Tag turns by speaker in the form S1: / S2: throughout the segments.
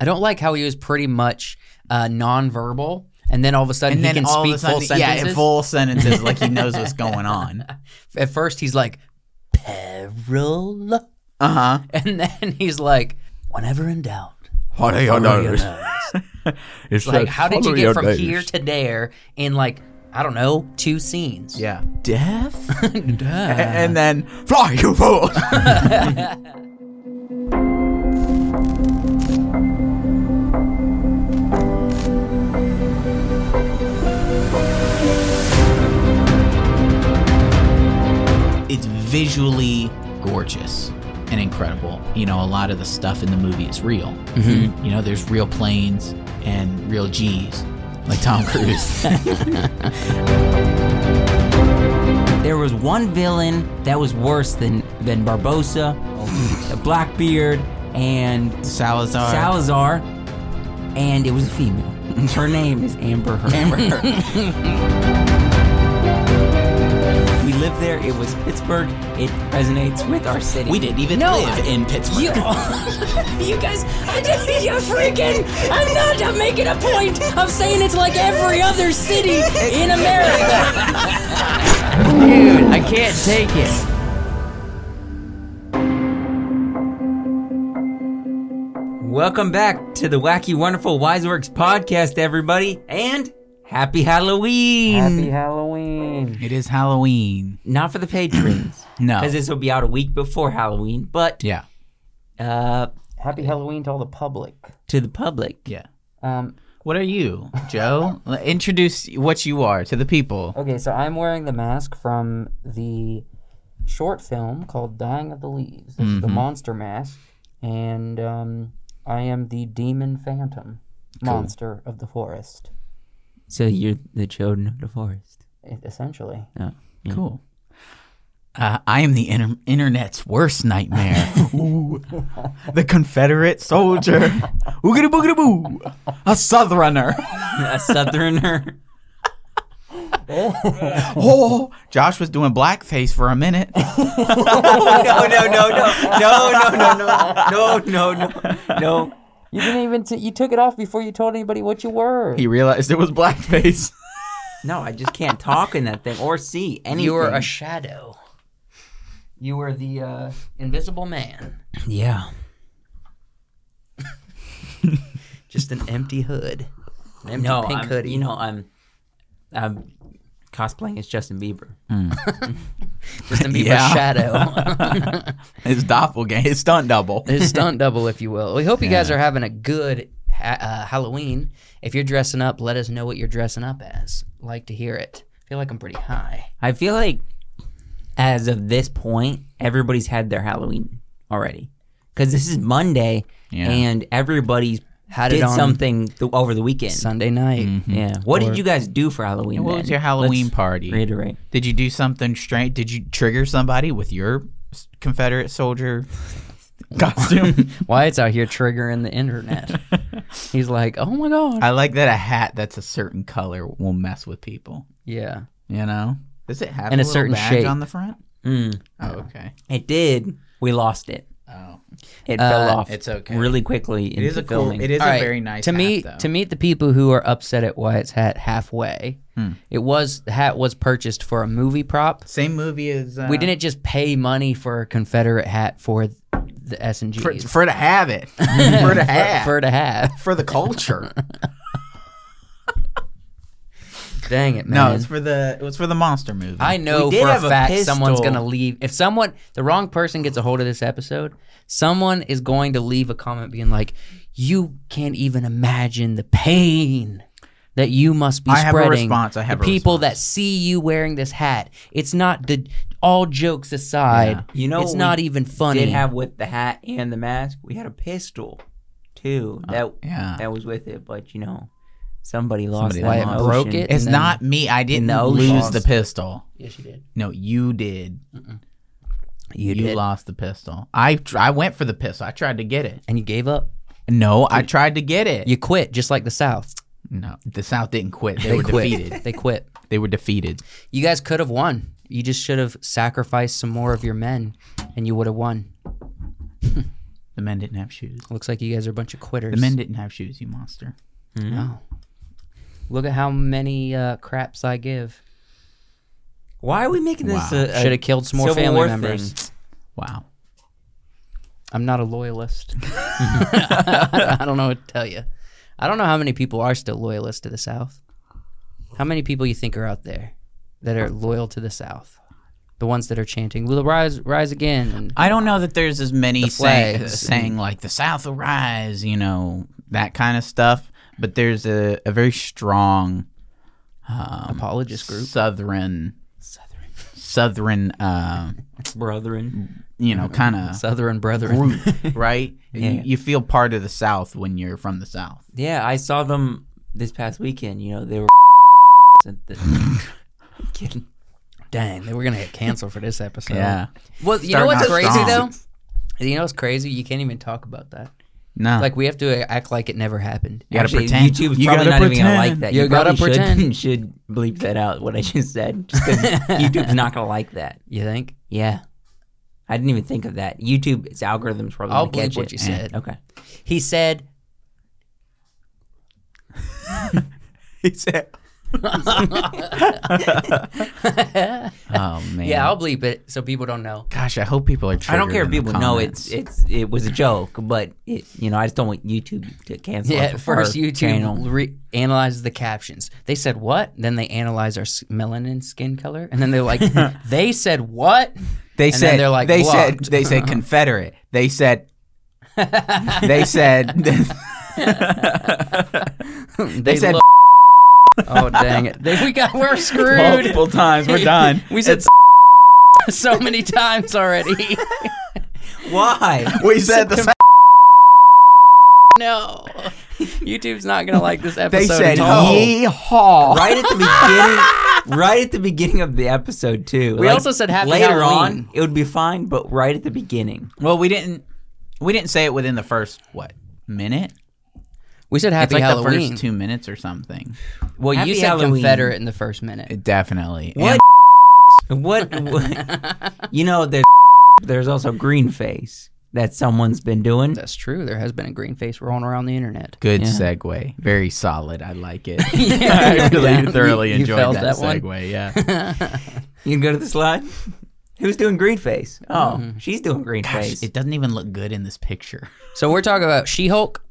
S1: I don't like how he was pretty much uh, nonverbal, and then all of a sudden
S2: and
S1: he
S2: then
S1: can
S2: all
S1: speak
S2: of a sudden,
S1: full
S2: yeah,
S1: sentences.
S2: in full sentences, like he knows what's going on.
S1: At first, he's like peril,
S2: Uh huh.
S1: and then he's like, whenever in doubt,
S3: Honey, I
S1: follow
S3: know.
S1: your
S3: It's
S1: nose.
S3: that
S1: Like, how did you
S3: follow
S1: get
S3: your
S1: from
S3: nose.
S1: here to there in like I don't know two scenes? uh,
S2: Yeah.
S3: death?
S2: A-
S4: Uh.
S2: and then
S3: Fly, you fool!
S2: it's visually gorgeous and incredible. You know, a lot of the stuff in the movie is real. Mm-hmm. You know, there's real planes and real G's, like Tom Cruise.
S4: There was one villain that was worse than than Barbosa, Blackbeard, and
S2: Salazar.
S4: Salazar, and it was a female. Her name is Amber Heard. Amber we lived there. It was Pittsburgh. It resonates with our city.
S2: we didn't even
S4: No,
S2: live
S4: I-
S2: in Pittsburgh.
S4: You, you guys, I didn't, you're freaking. I'm not. I'm making a point of saying it's like every other city in America. Dude, I can't take it. Welcome back to the Wacky Wonderful Wise Works podcast, everybody, and happy Halloween. Happy Halloween.
S2: it is Halloween.
S4: Not for the patrons,
S2: No.
S4: because this will be out a week before Halloween, but
S2: yeah.
S4: uh,
S1: Happy Halloween to all the public.
S4: to the public.
S2: Yeah.
S1: Um,
S2: What are you, Joe? L- Introduce what you are to the people.
S1: okay, so I'm wearing the mask from the short film called Dying of the Leaves. It's the monster mask, and um, I am the demon phantom monster of the forest,
S4: So you're the children of the forest.
S1: e- essentially.
S4: No.
S2: Oh, Cool. Uh, I am the inter- internet's worst nightmare. Ooh. The Confederate soldier. Oogity boogity boo. A Southerner.
S4: A southerner.
S2: Oh, Josh was doing blackface for a minute.
S4: no, no, no, no, no, no, no, no, no, no, no, no.
S1: You didn't even t- you took it off before you told anybody what you were.
S2: He realized it was blackface.
S4: No, I just can't talk in that thing or see anything.
S1: You were a shadow. You were the uh, invisible man,
S4: yeah.
S1: just an empty hood, an empty
S4: No,
S1: pink
S4: I'm,
S1: hoodie.
S4: you know, I'm, I'm cosplaying as Justin Bieber.
S1: just an Bieber's
S2: Yeah.
S1: shadow.
S2: His doppelganger, his stunt double.
S1: his stunt double, if you will. We hope you guys are having a good ha- uh, Halloween. If you're dressing up, let us know what you're dressing up as. Like to hear it. feel like I'm pretty high.
S4: I feel like, as of this point, everybody's had their Halloween already, because this is Monday,
S2: Yeah.
S4: and everybody's
S1: Had
S4: did
S1: it on
S4: something th- over the weekend.
S1: Sunday night.
S2: Mm-hmm.
S4: Yeah. What did you guys do for Halloween?
S2: What
S4: then?
S2: was your Halloween
S4: Let's
S2: party?
S4: Reiterate.
S2: Did you do something strange? Did you trigger somebody with your s- Confederate soldier costume?
S1: Wyatt's out here triggering the internet. He's like, oh my god.
S2: I like that a hat that's a certain color will mess with people.
S1: yeah.
S2: You know, does it have
S1: And a
S2: a, little
S1: certain
S2: badge
S1: shape.
S2: on the front?
S4: Mm.
S2: Oh, okay.
S4: It did. We lost it.
S2: Oh,
S4: It
S1: Uh,
S4: fell off.
S2: it's okay.
S4: Really quickly.
S2: it is a cool.
S4: filming.
S2: It is
S1: All right,
S2: a very nice
S1: to
S2: hat,
S1: meet
S2: though.
S1: to meet the people who are upset at Wyatt's hat halfway.
S2: Hmm.
S1: It was the hat was purchased for a movie prop.
S2: Same movie as uh,
S1: we didn't just pay money for a Confederate hat for th- the S and G
S2: for, for to have it for to have for,
S1: for to have.
S2: the culture.
S1: Dang it, man!
S2: no, it's for the it was for the monster movie.
S1: I know
S4: We did
S1: for a
S4: have a
S1: fact someone's
S4: pistol.
S1: gonna leave. If someone, the wrong person gets a hold of this episode, someone is going to leave a comment being like, "You can't even imagine the pain." That you must be
S2: I have a
S1: spreading.
S2: response, I have
S1: the
S2: a
S1: people
S2: response.
S1: that see you wearing this hat. It's not the all jokes aside.
S4: Yeah. You know
S1: it's
S4: what
S1: not
S4: we
S1: even funny.
S4: did have with the hat and the mask. We had a pistol, too.
S1: Uh,
S4: That
S2: yeah.
S4: that was with it, but you know, somebody lost
S2: Somebody
S4: that
S2: lost
S4: in the
S1: it. Broke
S4: ocean.
S1: it?
S2: it's
S1: and then-
S2: not me. I didn't
S4: the ocean.
S2: lose the pistol.
S1: yes, you did.
S2: No, you did.
S1: You,
S2: You
S1: did,
S2: lost the pistol. I tr- I went for the pistol. I tried to get it.
S1: and you gave up.
S2: No, I tried to get it.
S1: You quit, just like the South.
S2: no, the South didn't quit. They,
S1: They
S2: were
S1: quit.
S2: defeated.
S1: They quit.
S2: They were defeated.
S1: You guys could have won. You just should have sacrificed some more of your men, and you would have won.
S2: The men didn't have shoes.
S1: Looks like you guys are a bunch of quitters.
S2: The men didn't have shoes, you monster.
S1: Oh. Look at how many uh, craps I give.
S4: Why are we making this
S2: Wow.
S4: a, a
S1: Should have killed some more
S4: Civil
S1: family
S4: War
S1: members.
S4: thing?
S2: Wow.
S1: I'm not a loyalist. I don't know what to tell you. I don't know how many people are still loyalists to the South. How many people you think are out there that are loyal to the South? The ones that are chanting, "Will rise, rise again." And
S2: I don't know that there's as many saying,
S1: flags.
S2: saying like the South will rise, you know, that kind of stuff. But there's a, a very strong um,
S1: Apologist group.
S2: Southern, Southern, Southern, uh,
S1: Mm.
S4: Brethren.
S2: you know, kind of
S1: Southern brethren.
S2: group, right?
S4: Yeah.
S2: you, you feel part of the South when you're from the South.
S4: Yeah, I saw them this past weekend. You know, they were. and the- kidding.
S1: Dang, they were gonna get canceled for this episode.
S2: Yeah.
S1: Well, you know
S2: Starting
S1: what's
S2: off
S1: crazy
S2: strong.
S1: though? You know what's crazy? You can't even talk about that.
S2: No.
S1: Like we have to act like it never happened.
S2: you gotta
S4: Actually,
S2: pretend.
S4: YouTube's
S2: you
S4: probably
S2: gotta
S4: not
S2: pretend.
S4: even gonna like that.
S1: You gotta
S4: probably
S1: pretend.
S4: Should, should bleep that out. What I just said. Just 'cause YouTube's not gonna like that.
S1: You think?
S4: Yeah, I didn't even think of that. YouTube, its algorithms probably.
S1: I'll
S4: gonna catch
S1: believe what
S4: it.
S1: you said.
S4: Okay.
S1: He said,
S2: He said- oh man.
S1: "Yeah, I'll bleep it so people don't know."
S2: Gosh, I hope people are.
S4: I don't
S2: triggered
S4: care
S2: in
S4: if
S2: the
S4: people know
S2: comments.
S4: it's it's it was a joke, but it, you know I just don't want YouTube to cancel.
S1: Yeah,
S4: us
S1: at
S4: with our
S1: first YouTube
S4: channel.
S1: re- analyzes the captions. They said what? Then they analyze our s- melanin skin color, and then they're like, "They said what?"
S2: They
S1: And then
S2: said
S1: they're, like,
S2: they said
S1: blocked.
S2: they said Confederate. They said they said
S1: They,
S2: said
S1: lo- "Oh dang it! They, we got we're screwed."
S2: multiple times. We're done.
S1: we said so many times already.
S4: Why?
S2: we said the
S1: no, YouTube's not gonna like this episode.
S2: they said
S1: at all.
S2: yeehaw.
S4: right at the beginning, right at the beginning of the episode too.
S1: We also said happy
S4: later
S1: Halloween.
S4: on it would be fine, but right at the beginning,
S2: Well, we didn't we didn't say it within the first what minute?
S1: We said
S2: It's
S1: happy
S2: like the
S1: Halloween.
S2: first two minutes or something.
S1: well,
S4: Happy
S1: you said
S4: Halloween.
S1: Confederate in the first minute.
S2: It definitely.
S4: What? what, what you know there's there's also green face that someone's been doing.
S1: That's true. There has been a green face rolling around the internet.
S2: Good
S4: Yeah.
S2: segue. Very solid. I like it.
S1: Yeah.
S2: I really thoroughly
S1: You- you
S2: enjoyed
S1: felt
S2: that,
S1: that one?
S2: segue. Yeah.
S4: You can go to the slide. Who's doing green face? Oh, she's doing green face.
S2: It doesn't even look good in this picture.
S1: So we're talking about She-Hulk.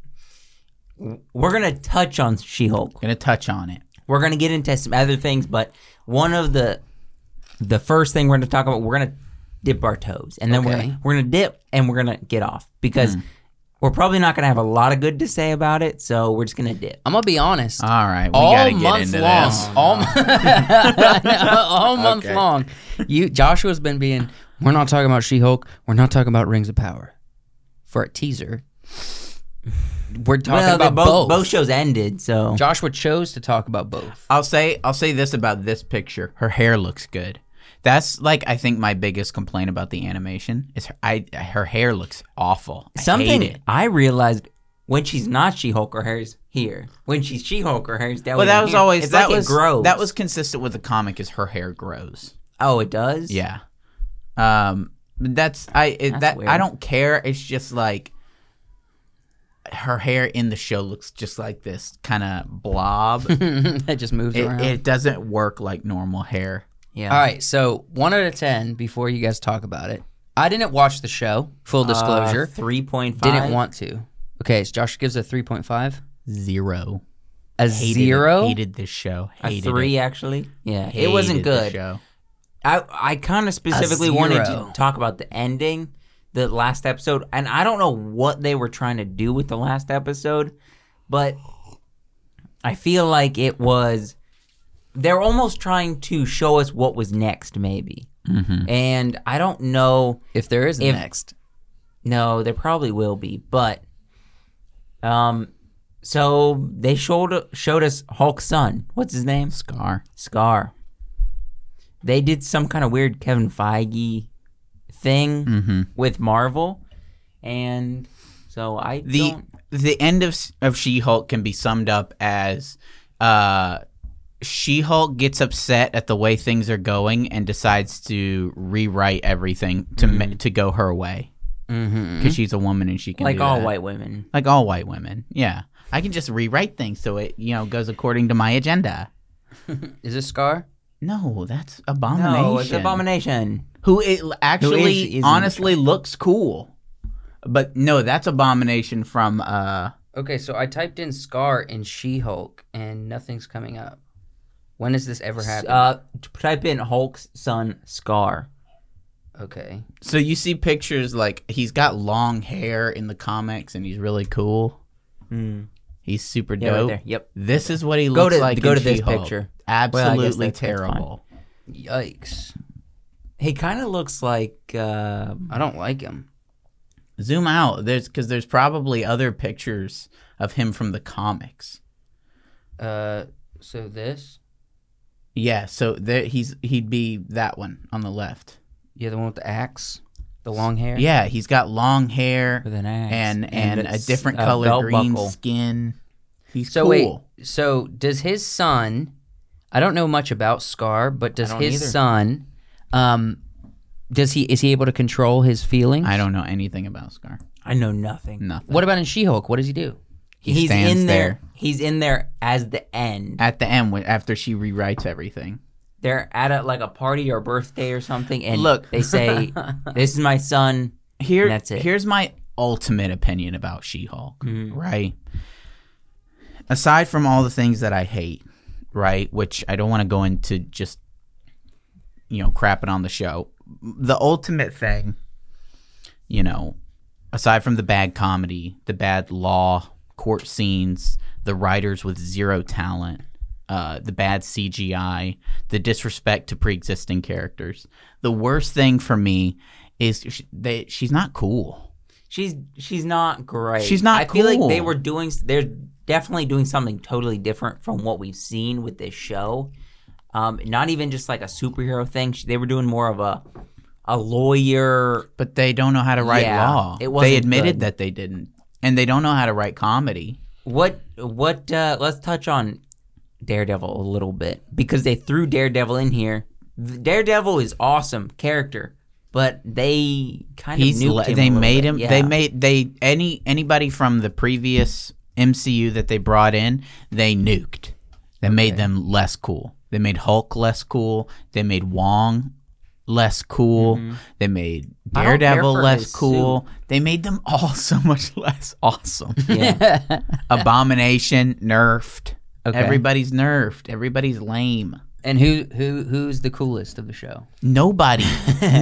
S4: We're gonna touch on She-Hulk.
S2: Gonna touch on it.
S4: We're gonna get into some other things, but one of the the first thing we're gonna talk about, we're gonna dip our toes, and then we're
S1: Okay. Hmm.
S4: gonna, we're gonna dip and we're gonna get off because we're probably not gonna have a lot of good to say about it. So we're just gonna dip.
S1: I'm gonna be honest.
S2: All right, we
S1: all
S2: Uh, gotta get
S1: month
S2: into
S1: long,
S2: this.
S1: all, all month
S2: Okay.
S1: long, you Joshua's been being. We're not talking about She-Hulk. We're not talking about Rings of Power. For a teaser, we're talking
S4: Well, they're
S1: about
S4: both
S1: both.
S4: both shows ended, so
S1: Joshua chose to talk about both.
S2: I'll say I'll say this about this picture. Her hair looks good. That's like I think my biggest complaint about the animation is her, I her hair looks awful. I hate
S4: something
S2: it.
S4: I realized. When she's not She-Hulk, her hair's here. When she's She-Hulk, her hair's down
S2: Well, that was
S4: here.
S2: always
S4: it's
S2: that
S4: like it
S2: was
S4: grows.
S2: that was consistent with the comic is her hair grows.
S4: oh, it does.
S2: Yeah. Um that's I it,
S4: That's
S2: that
S4: weird.
S2: I don't care. It's just like her hair in the show looks just like this kind of blob. it,
S1: that just moves around.
S2: it doesn't work like normal hair.
S4: yeah.
S1: All right, so one out of ten before you guys talk about it. I didn't watch the show. Full
S2: Uh,
S1: disclosure,
S4: Uh, three point five.
S1: didn't want to. Okay, so Josh gives a three point five,
S2: Zero.
S1: a
S2: Hated it.
S1: zero.
S2: Hated this show.
S4: a
S2: Hated
S4: three
S2: It.
S4: actually. Yeah,
S2: Hated
S4: it wasn't
S2: the
S4: good.
S2: show.
S4: I I kind of specifically wanted to
S1: zero.
S4: talk about the ending, the last episode, and I don't know what they were trying to do with the last episode, but I feel like it was they're almost trying to show us what was next, maybe.
S2: Mm-hmm.
S4: And I don't know.
S1: If there is a
S4: If-
S1: next,
S4: No, there probably will be, but um, so they showed showed us Hulk's son. What's his name?
S2: Scar.
S4: Scar. They did some kind of weird Kevin Feige thing
S2: Hmm. Mm-hmm.
S4: with Marvel, and so I
S2: the
S4: don't-
S2: the end of of She Hulk can be summed up as uh, She Hulk gets upset at the way
S4: Mm-hmm.
S2: things are going and decides to rewrite everything to ma- to go her way.
S1: Mm-hmm.
S2: because she's a woman and she can
S4: like
S2: do
S4: all
S2: that.
S4: white women.
S2: like all white women. Yeah, I can just rewrite things so it you know goes according to my agenda.
S1: Is this Scar?
S2: No, that's abomination.
S4: No, it's abomination.
S2: Who it l- actually
S4: is- is in the
S2: honestly looks cool, but no, that's abomination from uh.
S1: Okay, so I typed in Scar and She Hulk, and nothing's coming up. When has this ever happened?
S4: Uh, t- type in Hulk's son Scar.
S2: uh,
S1: okay.
S2: So you see pictures like he's got long hair in the comics and he's really cool. He's super
S4: Yeah,
S2: dope.
S4: right there. Yep.
S2: This is what he
S4: Go
S2: Hmm. looks
S4: to-
S2: like.
S4: go
S2: in
S4: to this
S2: She-Hulk.
S4: picture. Well, I guess
S2: Absolutely
S4: that's- that's fine.
S2: terrible.
S1: Yikes.
S4: He kind of looks like um
S1: I don't like him.
S2: Zoom out. There's because there's probably other pictures of him from the comics.
S1: Uh, so this?
S2: Yeah, so there he's he'd be that one on the left.
S1: Yeah, the one with the axe? The long hair?
S2: Yeah, he's got long hair
S4: with an axe
S2: and and, a
S4: s-
S2: different
S4: a
S2: color
S4: uh, belt
S2: green
S4: buckle.
S2: skin. He's
S1: So
S2: cool.
S1: wait, so does his son? I don't know much about Scar, but does
S4: don't
S1: his
S4: either.
S1: son? Um, does he is he able to control his feelings?
S2: I don't know anything about Scar.
S4: I know nothing.
S2: Nothing.
S1: What about in She-Hulk? What does he do?
S2: He
S4: he's
S2: stands
S4: in
S2: there.
S4: there. He's in there as the end.
S2: At the end, when, after she rewrites everything,
S4: They're at a, like a party or birthday or something, and
S2: Look.
S4: they say, "This is my son."
S2: here
S4: And that's it.
S2: here's my ultimate opinion about She-Hulk, right? Aside from all the things that I hate, right, which I don't want to go into just you know, crapping on the show. The ultimate thing, you know, aside from the bad comedy, the bad law, court scenes, the writers with zero talent, uh, the bad CGI, the disrespect to pre-existing characters. The worst thing for me is sh- that she's not cool.
S4: She's she's not great.
S2: She's not
S4: I feel like
S2: cool.
S4: they were doing. They're definitely doing something totally different from what we've seen with this show. Um, not even just like a superhero thing. She- They were doing more of a a lawyer.
S2: But they don't know how to write
S4: Yeah,
S2: law.
S4: it
S2: they
S4: wasn't
S2: admitted
S4: good.
S2: that they didn't, and they don't know how to write comedy.
S4: What what? Uh, let's touch on Daredevil a little bit because they threw Daredevil in here. The Daredevil is awesome character, but they kind
S2: He's
S4: of nuked
S2: le-
S4: him a
S2: they
S4: little
S2: made
S4: bit.
S2: him.
S4: Yeah.
S2: They made they any anybody from the previous MCU that they brought in, they nuked. They made them less cool. They made Hulk less cool. They made Wong less cool. They made
S4: Mm-hmm. I don't care
S2: Daredevil
S4: for
S2: less
S4: his
S2: cool. They made them all so much less awesome.
S4: Yeah.
S2: Abomination nerfed.
S1: Okay.
S2: Everybody's nerfed. Everybody's lame.
S1: And who who who's the coolest of the show?
S2: Nobody,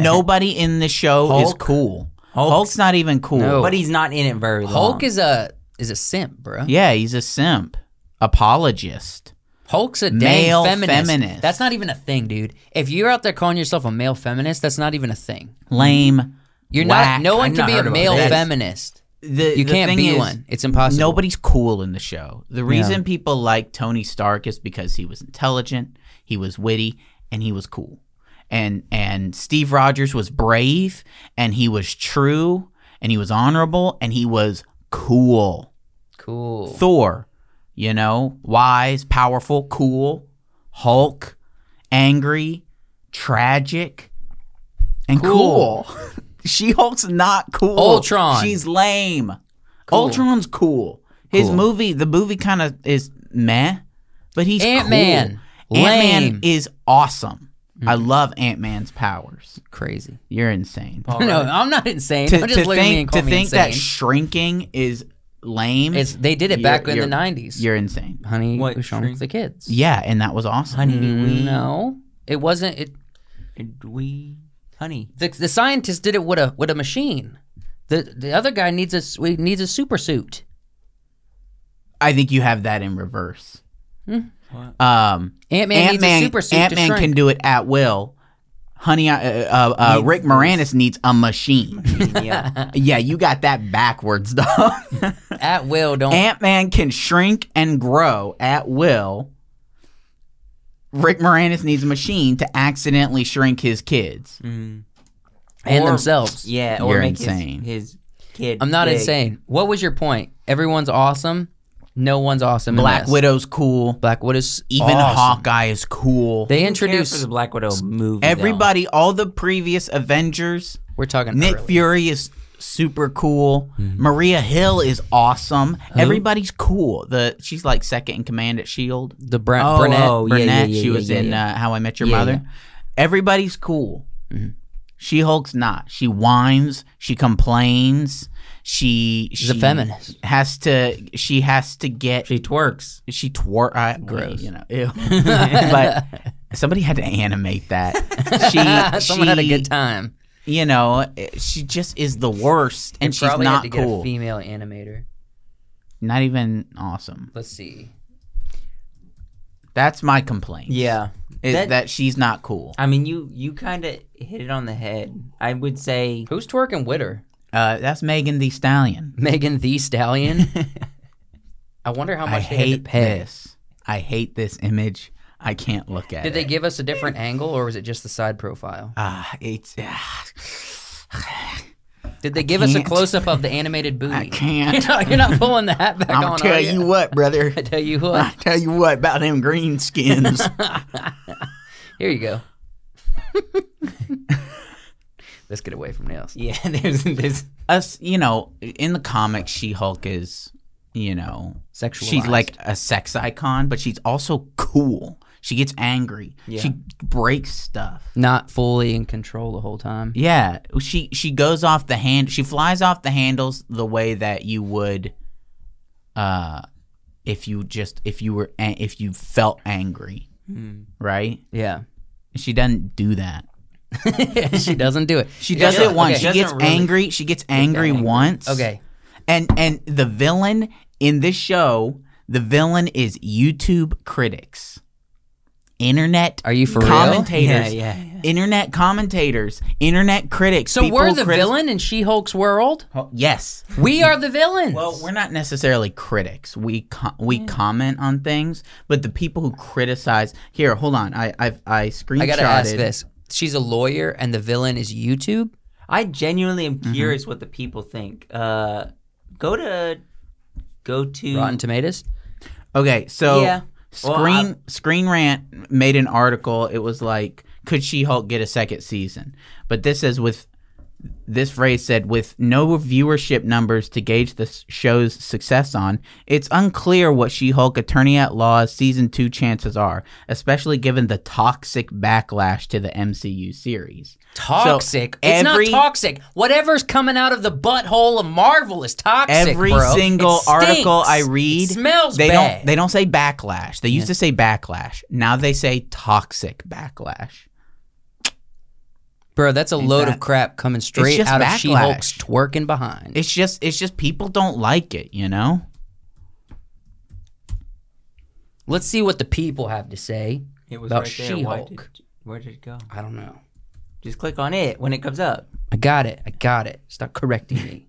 S2: nobody in the show is
S4: Hulk?
S2: cool. Hulk's not even cool.
S1: No.
S4: but he's not in it very long.
S1: Hulk is a is a simp, bro.
S2: Yeah, he's a simp. Apologist.
S1: Hulk's a dang
S2: Male
S1: feminist.
S2: feminist.
S1: That's not even a thing, dude. If you're out there calling yourself a male feminist, that's not even a thing.
S2: Lame.
S1: You're
S2: Whack.
S1: not. No one
S4: I've
S1: can
S4: not
S1: be a
S4: heard about
S1: male
S4: this.
S1: feminist.
S2: The,
S1: You
S2: the
S1: can't
S2: thing
S1: be
S2: is,
S1: one. It's impossible.
S2: Nobody's cool in the show. The reason people like Tony Stark is because he was intelligent, he was witty, and he was cool. And and Steve Rogers was brave, and he was true, and he was honorable, and he was cool.
S1: cool.
S2: Thor, you know, wise, powerful, cool, Hulk, angry, tragic, and cool.
S1: Cool.
S2: she Hulk's not cool.
S1: Ultron.
S2: She's lame.
S1: Cool.
S2: Ultron's cool. His
S1: Cool.
S2: movie, the movie kind of is meh, but he's
S1: Ant-Man.
S2: Cool. Ant Man
S1: Lame. Mm-hmm.
S2: is awesome. I love Ant Man's powers.
S1: Crazy.
S2: You're insane.
S1: No, I'm not insane.
S2: To,
S1: Don't just
S2: to
S1: look at me
S2: think,
S1: and call
S2: to
S1: me
S2: think
S1: insane.
S2: that shrinking is lame.
S1: it's they did it
S2: You're-
S1: back in the
S2: you're-
S1: '90s.
S2: you're insane.
S1: Honey,
S4: What
S1: we shone
S4: shrink-
S1: with the kids.
S2: Yeah, and that was awesome. Mm-hmm.
S4: honey. do we-
S1: No, it wasn't. It
S4: do we, honey.
S1: the, the scientist did it with a with a machine. The the other guy needs a s- we- needs a super suit.
S2: I think you have that in reverse. Um,
S1: Ant Man
S2: Ant
S1: needs a
S2: Man,
S1: super suit
S2: Ant
S1: to
S2: Man
S1: shrink.
S2: can do it at will. Honey, uh, uh, uh, Rick Moranis needs a machine.
S4: Yeah.
S2: yeah, you got that backwards, dog.
S1: At will, don't.
S2: Ant Man can shrink and grow at will. Rick Moranis needs a machine to accidentally shrink his kids.
S1: Mm, and
S4: Or-
S1: themselves.
S4: Yeah, or
S2: You're
S4: make
S2: insane.
S4: His, his kid.
S1: I'm not
S4: big.
S1: insane. What was your point? Everyone's awesome. No one's awesome. in
S2: Black
S1: this.
S2: Widow's cool.
S1: Black Widow's
S2: Even
S1: awesome.
S2: Hawkeye is cool.
S1: They
S4: Who cares for
S1: introduced.
S4: the Black Widow movie. though?
S2: Everybody, all the previous Avengers,
S1: We're talking
S2: Nick
S1: early.
S2: Fury is super cool.
S4: Mm-hmm.
S2: Maria Hill is awesome. Everybody's cool. The she's like second in command at Shield.
S1: The Brent
S4: Oh,
S1: Burnett.
S4: oh, yeah, yeah,
S2: Burnett.
S4: yeah,
S2: she
S4: yeah,
S2: was
S4: yeah,
S2: in
S4: yeah.
S2: Uh, How I Met Your
S4: Yeah,
S2: Mother.
S4: yeah. Mm-hmm.
S2: Everybody's cool. She Hulk's not. She whines. She complains. She she's
S1: a feminist.
S2: Has to she has to get
S4: She twerks.
S2: she twar I, gross you know ew. but somebody had to animate that she
S1: Someone
S2: she,
S1: had a good time.
S2: you know eh, she just is the worst and she's
S1: Probably had
S2: not
S1: to get a
S2: cool
S1: female animator.
S2: not even awesome
S1: Let's see.
S2: that's my complaint
S4: Yeah.
S2: is
S4: That-
S2: that, she's not cool
S4: I mean, you you kind of hit it on the head. I would say
S1: Who's twerking with her?
S2: uh, that's Megan the Stallion
S1: Megan the Stallion. I wonder how much
S2: I
S1: they had
S2: hate
S1: to pay.
S2: this I hate this image I can't look at
S1: Did they
S2: it
S1: give us a different angle, or was it just the side profile?
S2: Ah, it's ah,
S1: Did they give us a
S2: can't.
S1: close up of the animated booty?
S2: I can't
S1: No, you're not pulling the hat back on.
S2: I'm gonna tell
S1: are
S2: you what brother
S1: I tell you what.
S2: tell you what about them green skins
S1: Here you go. Let's get away from nails.
S4: yeah. There's this.
S2: us you know in the comics she hulk is you know
S1: Sexualized.
S2: she's like a sex icon but she's also cool she gets angry she breaks stuff
S1: not fully in control the whole time.
S2: yeah she she goes off the hand she flies off the handles the way that you would uh if you just if you were an- if you felt angry right
S1: Yeah,
S2: she doesn't do that
S1: she doesn't do it.
S2: she does it once
S1: okay.
S2: she gets
S4: Doesn't really-
S2: angry she gets angry once
S1: Okay,
S2: And and the villain in this show, the villain is YouTube critics, internet
S1: are you for real?
S2: commentators,
S4: Yeah, yeah, yeah.
S2: internet commentators, internet critics.
S1: So
S2: people
S1: we're the
S2: criti-
S1: villain in She-Hulk's world.
S2: Oh, Yes.
S1: We are the villains.
S2: Well, we're not necessarily critics. We co- we comment on things, but the people who criticize here. Hold on, I I've, I screenshotted.
S1: I gotta ask this. She's a lawyer, and the villain is YouTube.
S4: I genuinely am curious what the people think. Uh, go to go to
S1: Rotten Tomatoes.
S2: Okay, so
S4: Yeah.
S2: Screen
S4: Well, I-
S2: Screen Rant made an article. It was like, could She Hulk get a second season? But this is with this phrase said, with no viewership numbers to gauge the s- show's success on, it's unclear what She Hulk Attorney at Law's season two chances are, especially given the toxic backlash to the MCU series.
S1: Toxic.
S2: So
S1: it's
S2: every-
S1: not toxic. Whatever's coming out of the butthole of Marvel is toxic.
S2: Every
S1: bro.
S2: single
S1: It
S2: article
S1: stinks.
S2: I read,
S1: It smells
S2: they
S1: bad.
S2: don't they don't say backlash. They used to say backlash. Now they say toxic backlash.
S1: bro, that's a load
S2: that-
S1: of crap coming straight
S2: just
S1: out of
S2: backlash.
S1: She-Hulk's twerking behind.
S2: It's just it's just people don't like it, you know?
S1: Let's see what the people have to say.
S4: it was
S1: about
S4: right there. Why did-
S1: She-Hulk.
S4: Where did it go?
S1: I don't know.
S4: Just click on it when it comes up.
S1: I got it. I got it. Stop correcting me.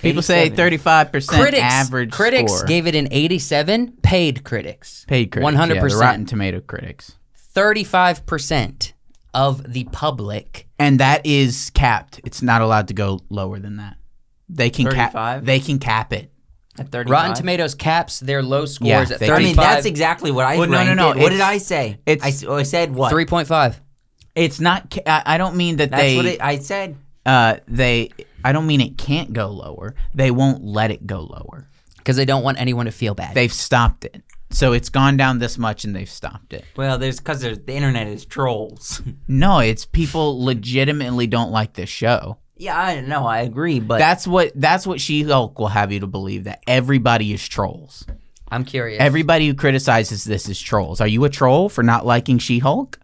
S2: People say 35%
S1: critics
S2: average
S1: critics
S2: score.
S1: gave it an 87. Paid critics,
S2: paid critics. yeah, the
S1: 100%.
S2: Rotten Tomato critics.
S1: 35 percent of the public.
S2: And that is capped. It's not allowed to go lower than that. They can cap
S4: 35?
S2: they can cap it.
S4: At thirty.
S1: Rotten Tomatoes caps their low scores
S2: Yeah,
S1: at
S2: they do.
S4: I
S1: 35.
S4: mean, that's exactly what I.
S2: Well, no, no,
S4: ranked
S2: no,
S4: it. What did
S2: it's-
S4: I say?
S2: it's-
S4: I, s- oh, I said what?
S1: 3.5.
S2: It's not ca- I I don't mean that
S4: That's
S2: they
S4: what it, I said.
S2: uh they I don't mean it can't go lower. They won't let it go lower.
S1: Because they don't want anyone to feel bad.
S2: They've stopped it. So it's gone down this much and they've stopped it.
S4: Well, there's because there's, the internet is trolls.
S2: No, it's people legitimately don't like this show.
S4: yeah, I don't know. I agree, but
S2: That's what that's what She Hulk will have you to believe that everybody is trolls.
S1: I'm curious.
S2: Everybody who criticizes this is trolls. Are you a troll for not liking She Hulk?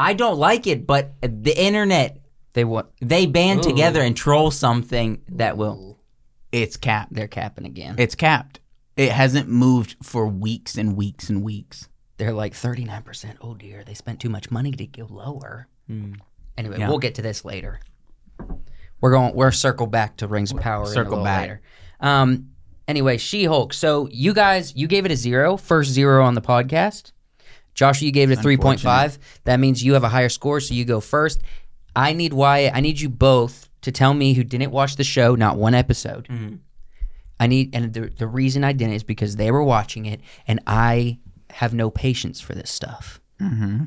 S4: I don't like it. But the internet,
S1: they want
S4: they band together and troll something that will.
S2: It's capped.
S1: they're capping again.
S2: It's capped. It hasn't moved for weeks and weeks and weeks.
S1: they're like 39%. Oh dear, they spent too much money to go lower. Anyway, we'll get to this later. We're going we're circle back to Rings of Power in a
S2: circle
S1: little
S2: back.
S1: later. Um anyway, She-Hulk. So you guys, you gave it a zero, first zero on the podcast. Joshua, you gave it a 3.5. That means you have a higher score, so you go first. I need Wyatt, I need you both to tell me who didn't watch the show, not one episode. I need, and the, the reason I didn't is because they were watching it, and I have no patience for this stuff. Mm-hmm.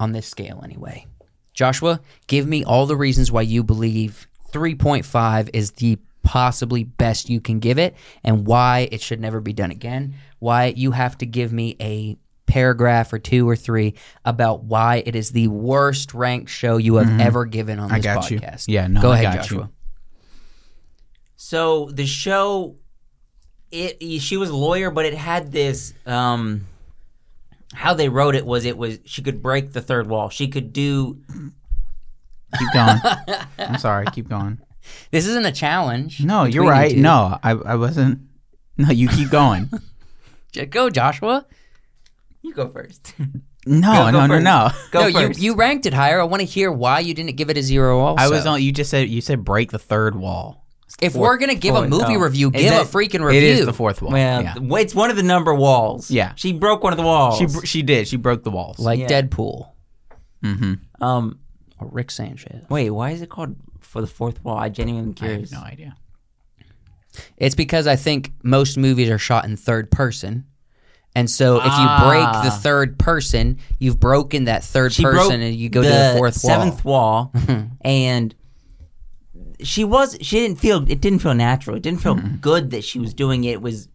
S1: On this scale, anyway. Joshua, give me all the reasons why you believe 3.5 is the possibly best you can give it and why it should never be done again. Why you have to give me a paragraph or two or three about why it is the worst ranked show you have ever given on this
S2: Mm-hmm. got you.
S1: podcast.
S2: Yeah, no,
S1: Go
S2: I
S1: ahead,
S2: got you.
S1: Joshua.
S4: So the show, it she was a lawyer, but it had this. Um, how they wrote it was it was she could break the third wall. She could do
S2: Keep going. I'm sorry. Keep going.
S1: This isn't a challenge.
S2: No, you're
S1: between you
S2: right.
S1: two.
S2: No, I, I wasn't. No, you keep going.
S1: J- Go, Joshua.
S4: You go first.
S2: No,
S4: Go- go
S2: no, no,
S4: first.
S2: no.
S4: Go
S1: no,
S4: first.
S1: you, you ranked it higher. I want to hear why you didn't give it a zero also.
S2: I was on. You just said you said break the third wall.
S1: If we're going to give a
S4: fourth,
S1: movie
S4: oh.
S1: review,
S2: Is
S1: give
S2: that-
S1: a freaking
S2: It
S1: review.
S2: is the fourth wall.
S4: well,
S2: yeah.
S4: th- it's one of the number walls.
S2: Yeah.
S4: she broke one of the walls.
S2: She br- she did. She broke the walls.
S1: like
S4: Yeah.
S1: Deadpool
S2: mm-hmm.
S4: um,
S1: or Rick Sanchez.
S4: wait, why is it called for the fourth wall? I genuinely
S2: I
S4: am
S2: have
S4: curious.
S2: no idea.
S1: It's because I think most movies are shot in third person. And so if you
S4: Ah.
S1: break the third person, you've broken that third
S4: she broke
S1: person and you go to the fourth
S4: seventh
S1: wall.
S4: wall, and she was she didn't feel it didn't feel natural. It didn't feel good that she was doing it. It was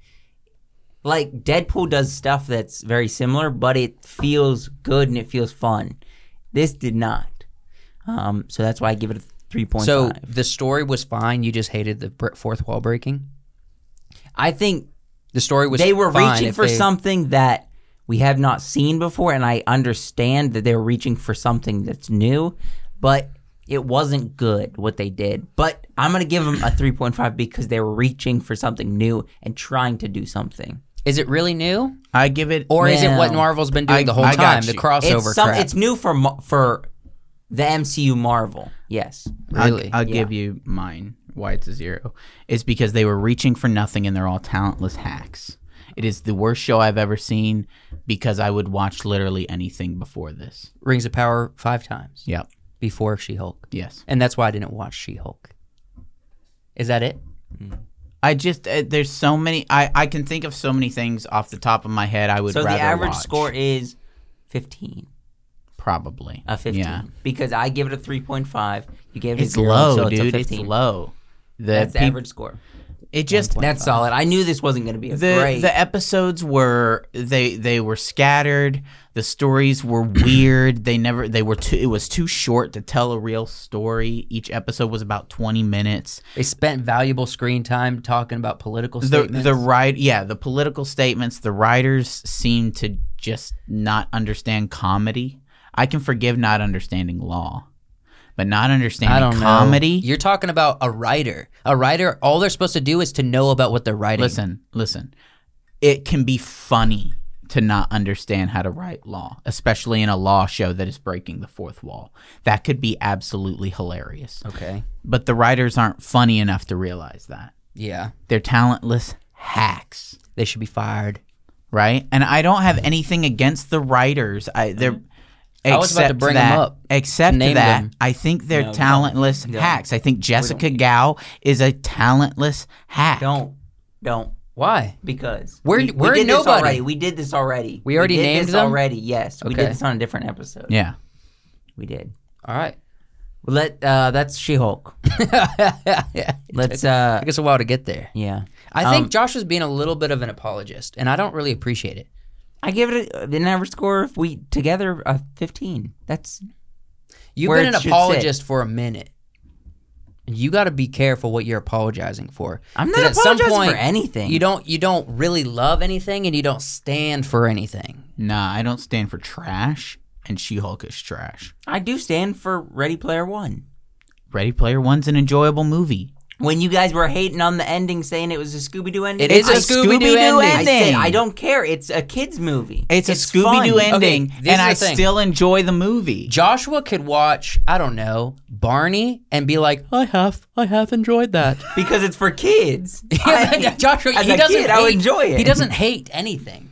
S4: like Deadpool does stuff that's very similar, but it feels good and it feels fun. This did not. Um, so that's why I give it a three point
S1: So
S4: five.
S1: the story was fine. You just hated the br- fourth wall breaking.
S4: I think
S1: The story was
S4: they were
S1: fine
S4: reaching
S1: if
S4: for
S1: they-
S4: something that we have not seen before, and I understand that they were reaching for something that's new, but it wasn't good what they did. But I'm gonna give them a 3.5 because they were reaching for something new and trying to do something.
S1: Is it really new?
S2: I give it.
S1: Or is it what
S4: No.
S1: Marvel's been doing
S2: I-
S1: the whole
S2: I got
S1: time? The
S2: you.
S1: crossover
S4: It's some,
S1: crap.
S4: it's new for Mar- for the MCU Marvel. Yes,
S2: I'll-
S1: really?
S2: I'll, give you mine. Why it's a zero is because they were reaching for nothing and they're all talentless hacks. It is the worst show I've ever seen because I would watch literally anything before this.
S1: Rings of Power five times
S2: Yep.
S1: before She Hulk.
S2: Yes.
S1: And that's why I didn't watch She Hulk. Is that it?
S2: I just uh, there's so many. I I can think of so many things off the top of my head. I would.
S4: so the
S2: rather
S4: average
S2: watch.
S4: score is 15.
S2: probably
S4: A 15
S2: Yeah.
S4: because I give it a 3.5. You gave it
S2: It's
S4: a zero,
S2: low,
S4: so it's a
S2: dude. It's
S4: 15.
S2: low. The
S4: That's the
S2: peop-
S4: average score.
S2: It just
S4: That's solid. I knew this wasn't going to be a
S2: the
S4: great.
S2: the episodes were they they were scattered. The stories were weird. They never they were too. It was too short to tell a real story. Each episode was about twenty minutes.
S1: They spent valuable screen time talking about political
S2: The
S1: statements.
S2: the right yeah the political statements. The writers seemed to just not understand comedy. I can forgive not understanding law, but not understanding
S1: I don't know.
S2: comedy.
S1: You're talking about a writer. A writer, all they're supposed to do is to know about what they're writing.
S2: Listen, listen. It can be funny to not understand how to write law, especially in a law show that is breaking the fourth wall. That could be absolutely hilarious.
S1: Okay.
S2: But the writers aren't funny enough to realize that.
S1: Yeah.
S2: They're talentless hacks,
S1: They should be fired.
S2: right? And I don't have anything against the writers. I they're
S1: Mm-hmm. I was about to
S2: except
S1: bring 'em
S2: that,
S1: up.
S2: Except
S1: Name
S2: that
S1: them.
S2: I think they're
S4: No, we don't.
S2: talentless hacks. I think Jessica Gao is a talentless hack.
S4: don't, don't,
S1: Why?
S4: because
S1: We're-
S4: we,
S1: we're
S4: we did
S1: nobody.
S4: This already. We did this already.
S1: We already
S4: did
S1: named
S4: this
S1: them?
S4: already. Yes, we
S1: Okay.
S4: did this on a different episode.
S2: Yeah.
S4: we did.
S1: All right.
S4: Let uh, that's She Hulk.
S1: yeah.
S4: Let's uh,
S1: Took us a while to get there.
S4: yeah.
S1: I
S4: Um,
S1: think Josh is being a little bit of an apologist, and I don't really appreciate it.
S4: I give it a, an average score if we together a fifteen. That's
S1: You've
S4: Where
S1: been an
S4: it should sit.
S1: apologist for a minute. And you got to be careful what you're apologizing for.
S4: I'm not
S1: 'Cause
S4: apologizing for anything.
S1: You don't you don't really love anything and you don't stand for anything.
S2: Nah, I don't stand for trash, and She Hulk is trash.
S4: I do stand for Ready Player One.
S2: Ready Player One's an enjoyable movie.
S4: When you guys were hating on the ending, saying it was a Scooby Doo ending,
S1: It is
S4: I-
S1: a Scooby-Doo ending.
S4: I, said,
S2: ending.
S4: I don't care. It's a kids movie.
S2: It's, a Scooby Doo
S4: fun.
S2: ending,
S1: Okay, this is
S2: and
S1: the
S2: I
S1: thing.
S2: still enjoy the movie.
S1: Joshua could watch, I don't know, Barney and be like, I have, I have enjoyed that.
S4: because it's for kids. I-
S1: Joshua,
S4: as
S1: he
S4: a
S1: doesn't
S4: kid,
S1: hate,
S4: I would enjoy it.
S1: He doesn't hate anything.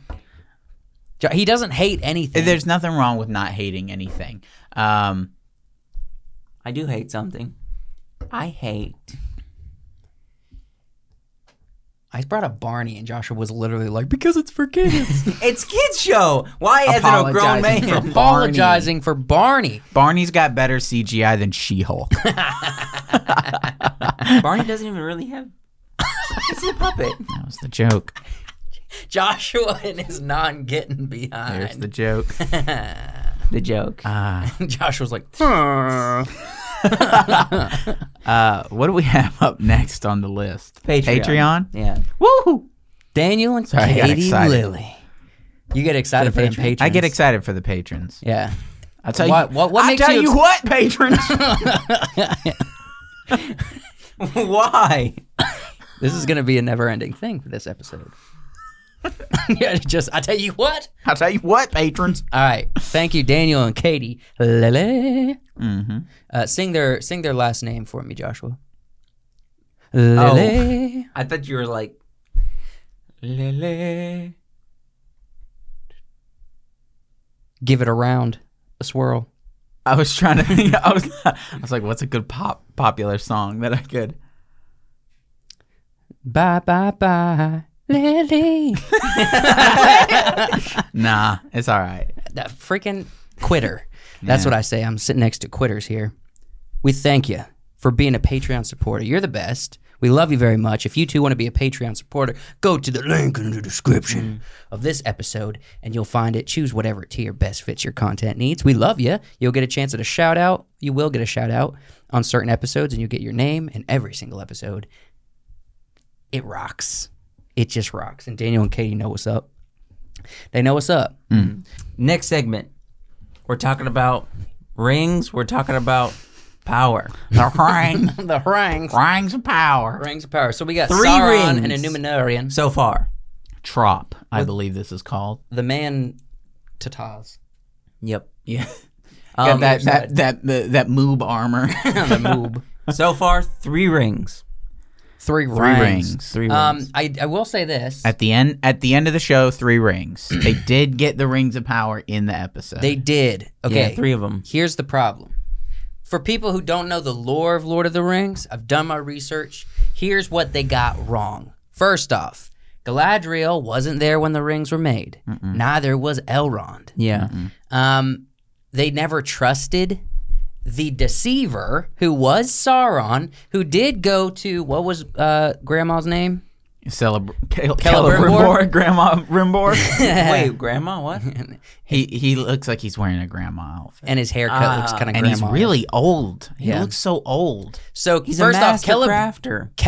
S1: Jo- He doesn't hate anything.
S2: There's nothing wrong with not hating anything. Um,
S4: I do hate something. I hate.
S1: I brought up Barney, and Joshua was literally like, because it's for kids.
S4: It's kids show. Why as an grown
S1: apologizing,
S4: man?
S1: for apologizing for Barney.
S2: Barney's got better CGI than She Hulk.
S4: Barney doesn't even really have. It's a puppet.
S2: That was the joke.
S1: Joshua and his non getting behind.
S2: There's the joke.
S4: The joke.
S2: Ah.
S1: Joshua's like,
S2: Uh, what do we have up next on the list?
S4: Patreon.
S2: Patreon?
S4: Yeah.
S2: Woo!
S1: Daniel and
S2: Sorry, I got
S1: Katie
S2: excited.
S1: Lilly. You get excited for them patrons.
S2: I get excited for the patrons.
S1: Yeah.
S2: I'll tell
S1: What-
S2: you
S1: what- what
S2: I'll
S1: makes
S2: tell
S1: you
S2: you
S1: ex-
S2: what, patrons.
S4: Why?
S1: This is going to be a never ending thing for this episode. yeah, just, I tell you what.
S2: I'll tell you what, patrons.
S1: All right. Thank you, Daniel and Katie Lilly.
S2: Mm-hmm.
S1: Uh, sing their sing their last name for me, Joshua. Lily.
S4: I thought you were like. Lele.
S1: Give it a round, a swirl.
S2: I was trying to think. I was, I was like, what's a good pop popular song that I could?
S1: Bye bye bye, Lily.
S2: Nah, it's all right.
S1: that freaking quitter. That's what I say. I'm sitting next to quitters here. We thank you for being a Patreon supporter. You're the best. We love you very much. If you too want to be a Patreon supporter, go to the link in the description of this episode and you'll find it. Choose whatever tier best fits your content needs. We love you. You'll get a chance at a shout out. You will get a shout out on certain episodes and you'll get your name in every single episode. It rocks. It just rocks. And Daniel and Katie know what's up. They know what's up.
S4: Next segment. We're talking about rings. We're talking about power.
S2: The rang,
S1: the rings.
S2: rings of power.
S1: Rings of power. So we got
S4: Three
S1: Sauron and a
S4: rings.
S1: Numenorian. So
S4: So far.
S2: Trop, I believe this is called.
S1: the man Tataz.
S4: Yep.
S2: Yeah,
S4: Um,
S2: that that that the, that moob armor.
S1: the moob.
S4: so far, three rings.
S1: Three,
S2: three
S1: rings.
S2: rings. Three
S1: Um, I, I will say this.
S2: At the end, at the end of the show, three rings. they did get the rings of power in the episode.
S1: they did. Okay.
S4: Yeah, three of them.
S1: Here's the problem. For people who don't know the lore of Lord of the Rings, I've done my research. Here's what they got wrong. First off, Galadriel wasn't there when the rings were made. Neither was Elrond.
S4: Yeah.
S1: Um, they never trusted the deceiver who was Sauron, who did go to what was uh, Grandma's name?
S2: Celebr- Cal-
S1: Celebrimbor?
S2: Celebrimbor, Grandma Brimbor.
S4: Wait, grandma, what?
S2: he he looks like he's wearing a grandma outfit,
S1: And his haircut looks kind of
S2: and
S1: grandma.
S2: he's really old. He
S1: Yeah.
S2: looks so old.
S1: so
S4: He's
S1: first
S4: a
S1: off,
S4: master
S1: Cele-
S4: crafter. Been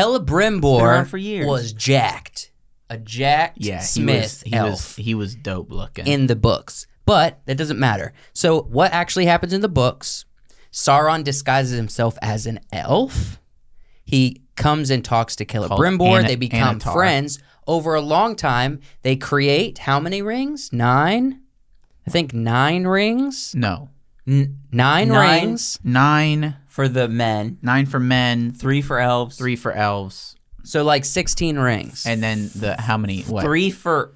S1: Celebrimbor
S4: around for years.
S1: was jacked, a jacked
S2: Yeah,
S1: Smith
S2: he was, he
S1: elf.
S2: was he was dope looking.
S1: in the books, but that doesn't matter. So, what actually happens in the books? Sauron disguises himself as an elf. He comes and talks to Celebrimbor.
S2: Ana-
S1: they become
S2: Anatar.
S1: friends. Over a long time, they create how many rings? Nine? I think nine rings.
S2: no,
S4: N-
S1: Nine,
S4: Nine.
S1: rings.
S2: nine
S4: for the men,
S2: nine for men,
S4: three for elves,
S2: three for elves,
S1: So, like 16 rings.
S2: and then the how many? What
S4: three for,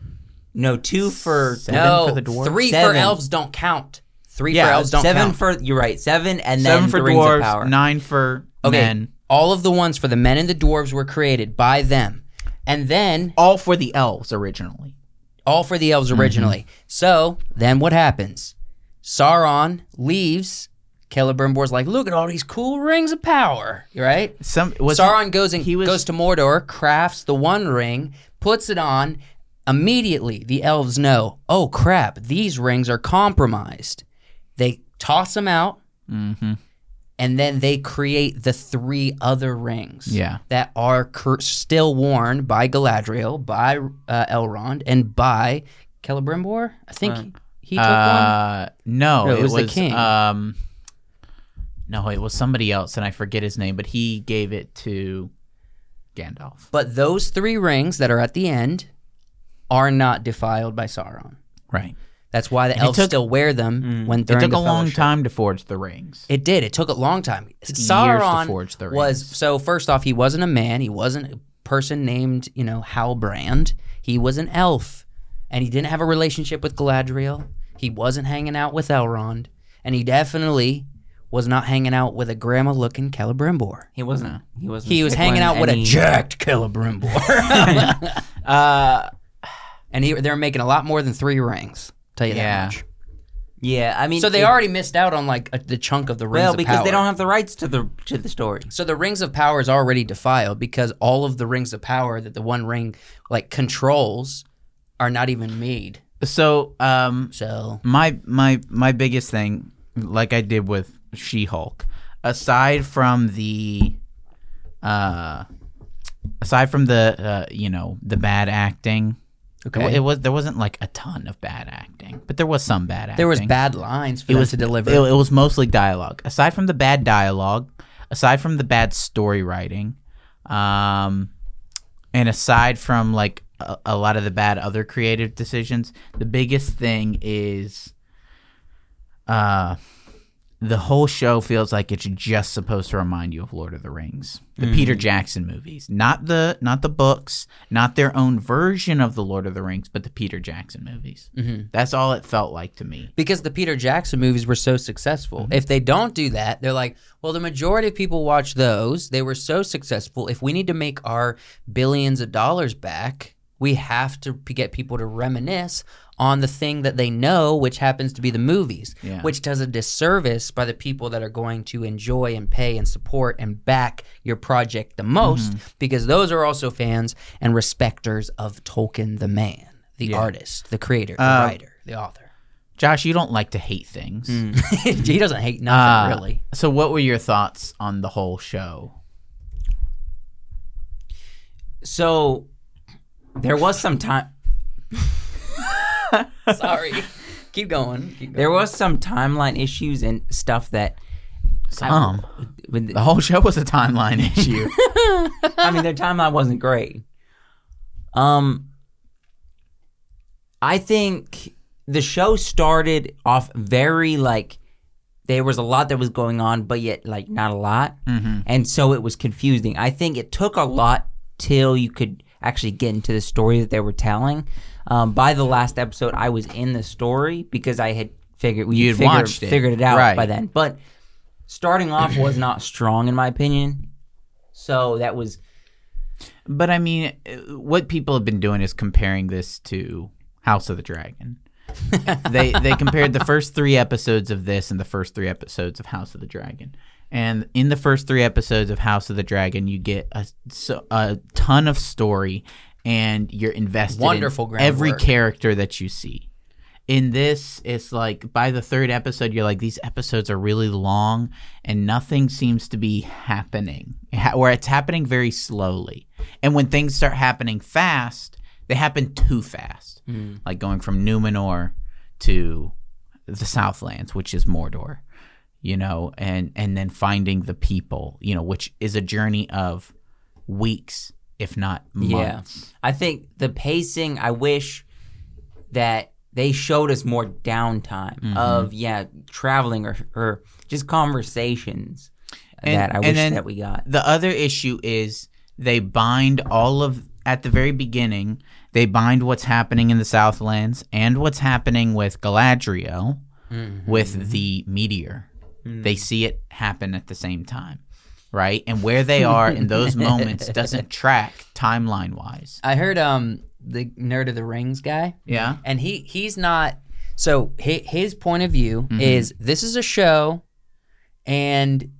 S4: no, two for
S2: Seven
S1: no,
S2: for the dwarves?
S1: three for
S4: Seven.
S1: elves don't count. Three for
S4: yeah,
S1: elves don't
S4: seven
S1: count.
S4: for you're right, seven and
S2: Seven
S4: then
S2: for
S4: the rings of power.
S2: dwarves, nine for
S1: Okay.
S2: men,
S1: All of the ones for the men and the dwarves were created by them. And then
S2: all for the elves originally.
S1: all for the elves originally.
S2: Mm-hmm.
S1: So then what happens? Sauron leaves. Celebrimbor's like, look at all these cool rings of power, right?
S2: Some was
S1: Sauron goes and
S2: he was-
S1: goes to Mordor, crafts the One Ring, puts it on. Immediately, the elves know. Oh crap! These rings are compromised. They toss them out,
S2: Mhm.
S1: and then they create the three other rings
S2: Yeah.
S1: that are cur- still worn by Galadriel, by uh, Elrond, and by Celebrimbor. I think he took one.
S2: Uh, no,
S1: No, it
S2: it
S1: was
S2: was,
S1: the king.
S2: um no, it was somebody else and I forget his name, but he gave it to Gandalf.
S1: But those three rings that are at the end are not defiled by Sauron.
S2: Right.
S1: That's why the elves
S2: took-
S1: still wear them when
S2: It
S1: during
S2: took
S1: the
S2: a long
S1: fellowship.
S2: time to forge the rings.
S1: It did. It took a long time.
S2: years to
S1: Sauron
S2: forge the
S1: was
S2: rings.
S1: so. First off, he wasn't a man. He wasn't a person named you know Halbrand. He was an elf, and he didn't have a relationship with Galadriel. He wasn't hanging out with Elrond, and he definitely was not hanging out with a grandma-looking Celebrimbor.
S4: He wasn't. He wasn't.
S1: He was hanging
S4: tickling
S1: out with a
S4: any-
S1: jacked Celebrimbor, Uh,
S2: Uh
S1: and he, they're making a lot more than three rings. Tell you that
S2: Yeah.
S1: much.
S4: Yeah, I mean,
S1: So they
S4: it-
S1: already missed out on like a, the chunk of the rings
S4: well
S1: of
S4: because
S1: power.
S4: they don't have the rights to the to the story.
S1: So the rings of power is already defiled because all of the rings of power that the one ring like controls are not even made.
S2: So um,
S1: So
S2: my my my biggest thing, like I did with She Hulk, aside from the, uh, aside from the uh, you know the bad acting,
S1: Okay.
S2: it was there wasn't like a ton of bad acting, but there was some bad acting.
S1: there was bad lines for
S2: It
S1: them
S2: was
S1: to deliver.
S2: It, it was mostly dialogue. Aside from the bad dialogue, aside from the bad story writing, um, and aside from like a, a lot of the bad other creative decisions, the biggest thing is, uh, the whole show feels like it's just supposed to remind you of Lord of the Rings, the Peter Jackson movies, not the not the books, not their own version of the Lord of the Rings, but the Peter Jackson movies. Mm-hmm. That's all it felt like to me.
S1: because the Peter Jackson movies were so successful. If they don't do that, they're like, well, the majority of people watch those. They were so successful. If we need to make our billions of dollars back, we have to p- get people to reminisce on the thing that they know, which happens to be the movies,
S2: Yeah.
S1: which does a disservice by the people that are going to enjoy and pay and support and back your project the most, because those are also fans and respecters of Tolkien, the man, the artist, the creator, the writer, the author.
S2: Josh, you don't like to hate things.
S1: Mm. he doesn't hate
S2: Uh,
S1: nothing really.
S2: So, what were your thoughts on the whole show?
S4: So there was some time.
S1: Sorry. Keep going. Keep going.
S4: There was some timeline issues and stuff that.
S2: Some.
S4: When the,
S2: Um, The whole show was a timeline issue.
S4: I mean, their timeline wasn't great. Um, I think the show started off very like there was a lot that was going on, but yet like not a lot, mm-hmm. and so it was confusing. I think it took a lot till you could actually get into the story that they were telling. Um, by the last episode, I was in the story because I had figured we
S2: You'd
S4: figured,
S2: watched it.
S4: figured it out
S2: Right.
S4: by then, but. Starting off was not strong in my opinion, so that was
S2: but I mean, uh, what people have been doing is comparing this to House of the Dragon. they they compared the first three episodes of this and the first three episodes of House of the Dragon. And in the first three episodes of House of the Dragon, you get a, so, a ton of story, and you're invested
S1: Wonderful
S2: in every
S1: groundwork.
S2: character that you see. in this it's like by the third episode you're like these episodes are really long and nothing seems to be happening ha- or it's happening very slowly and when things start happening fast they happen too fast like going from numenor to the southlands which is mordor you know and and then finding the people you know which is a journey of weeks if not
S4: Yeah.
S2: months
S4: I think the pacing, I wish that they showed us more downtime of, yeah, traveling or, or just conversations
S2: And-
S4: that I
S2: and
S4: wish
S2: then-
S4: that we got.
S2: The other issue is they bind all of at the very beginning. They bind what's happening in the Southlands and what's happening with Galadriel
S1: Mm. Mm-hmm.
S2: with the meteor. They see it happen at the same time, right? And where they are in those moments doesn't track timeline wise.
S1: I heard um the Nerd of the Rings guy
S2: Yeah.
S1: and he he's not so his, his point of view is this is a show and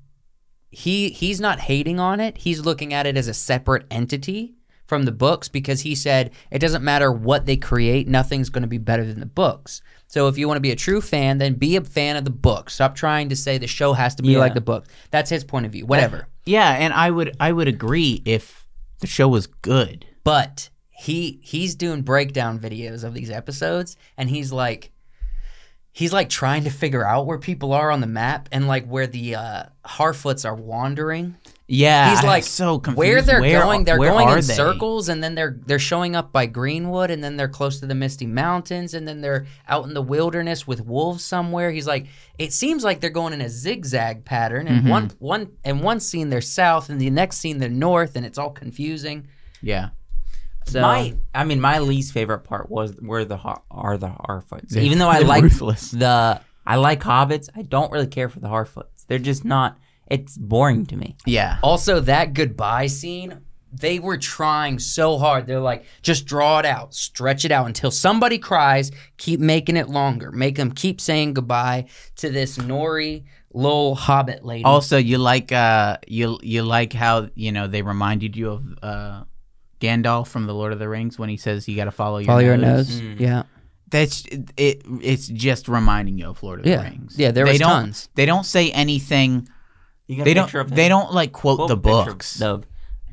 S1: he he's not hating on it. He's looking at it as a separate entity from the books because he said it doesn't matter what they create, nothing's going to be better than the books. So if you want to be a true fan, then be a fan of the books. Stop trying to say the show has to be like the book. That's his point of view. Whatever.
S2: Yeah, and I would I would agree if the show was good.
S1: but he he's doing breakdown videos of these episodes and he's like he's like trying to figure out where people are on the map and like where the uh harfoots are wandering
S2: Yeah,
S1: he's
S2: I'm
S1: like
S2: so confused.
S1: where they're going they're
S2: where
S1: going
S2: are
S1: in
S2: they?
S1: circles and then they're they're showing up by greenwood and then they're close to the misty mountains and then they're out in the wilderness with wolves somewhere he's like it seems like they're going in a zigzag pattern
S2: Mm-hmm.
S1: and one one and one scene they're south and the next scene they're north and it's all confusing
S2: Yeah.
S1: so
S4: my, I mean, my least favorite part was where the har- are the Harfoots. Even though I
S2: They're
S4: like
S2: ruthless.
S4: the, I like hobbits. I don't really care for the Harfoots. They're just not. It's boring to me.
S2: Yeah.
S1: Also, that goodbye scene they were trying so hard. They're like, just draw it out, stretch it out until somebody cries. Keep making it longer. Make them keep saying goodbye to this Nori little hobbit lady.
S2: Also, you like uh, you you like how you know they reminded you of uh, Gandalf from the Lord of the Rings when he says you got to follow your
S1: Follow
S2: nose.
S1: your nose. Yeah.
S2: That's it. It's just reminding you of Lord of
S1: Yeah.
S2: the Rings.
S1: Yeah, there
S2: they
S1: was
S2: don't,
S1: tons.
S2: They don't say anything.
S4: You got
S2: They
S4: a
S2: don't.
S4: picture of
S2: They don't like quote, the books.
S4: of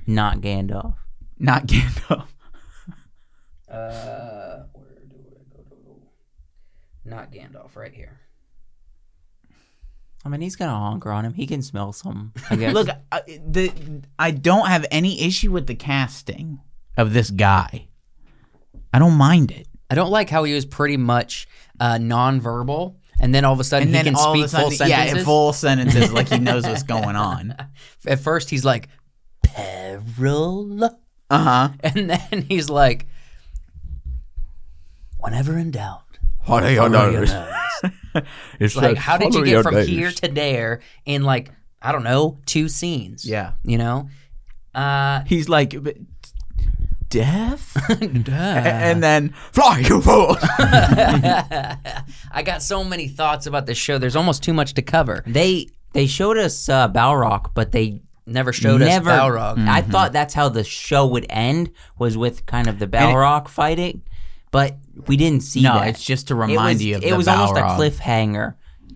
S4: not Gandalf.
S2: Not Gandalf.
S1: Uh, where do I go to? Not Gandalf, right here.
S4: I mean, he's gonna honker on him. He can smell some.
S2: Look, I, the I don't have any issue with the casting of this guy. I don't mind it.
S1: I don't like how he was pretty much uh, nonverbal, and then all of a sudden
S2: And
S1: he
S2: then
S1: can
S2: all
S1: speak
S2: of a sudden,
S1: full sentences.
S2: yeah, full sentences, like he knows what's going on.
S1: At first, he's like peril,
S2: Uh huh.
S1: and then he's like, whenever in doubt.
S5: Honey,
S1: follow
S5: I
S1: your
S5: know.
S1: nose."
S5: It's
S1: like, how did you
S5: follow
S1: get
S5: your
S1: from
S5: nose.
S1: here to there in like I don't know two scenes?
S2: Yeah.
S1: you know. Uh,
S2: He's like, "But- deaf, and then
S5: Fly, you fool!
S1: I got so many thoughts about this show. There's almost too much to cover.
S4: they they showed us uh, Balrog, but they
S1: Never showed
S4: never.
S1: us Balrog.
S4: I
S2: Mm-hmm.
S4: thought that's how the show would end was with kind of the Balrog fighting, but we didn't see
S2: no,
S4: that.
S2: it's just to
S4: it
S2: remind
S4: was,
S2: you of
S4: it
S2: the
S4: was almost a
S2: Balrog.
S4: cliffhanger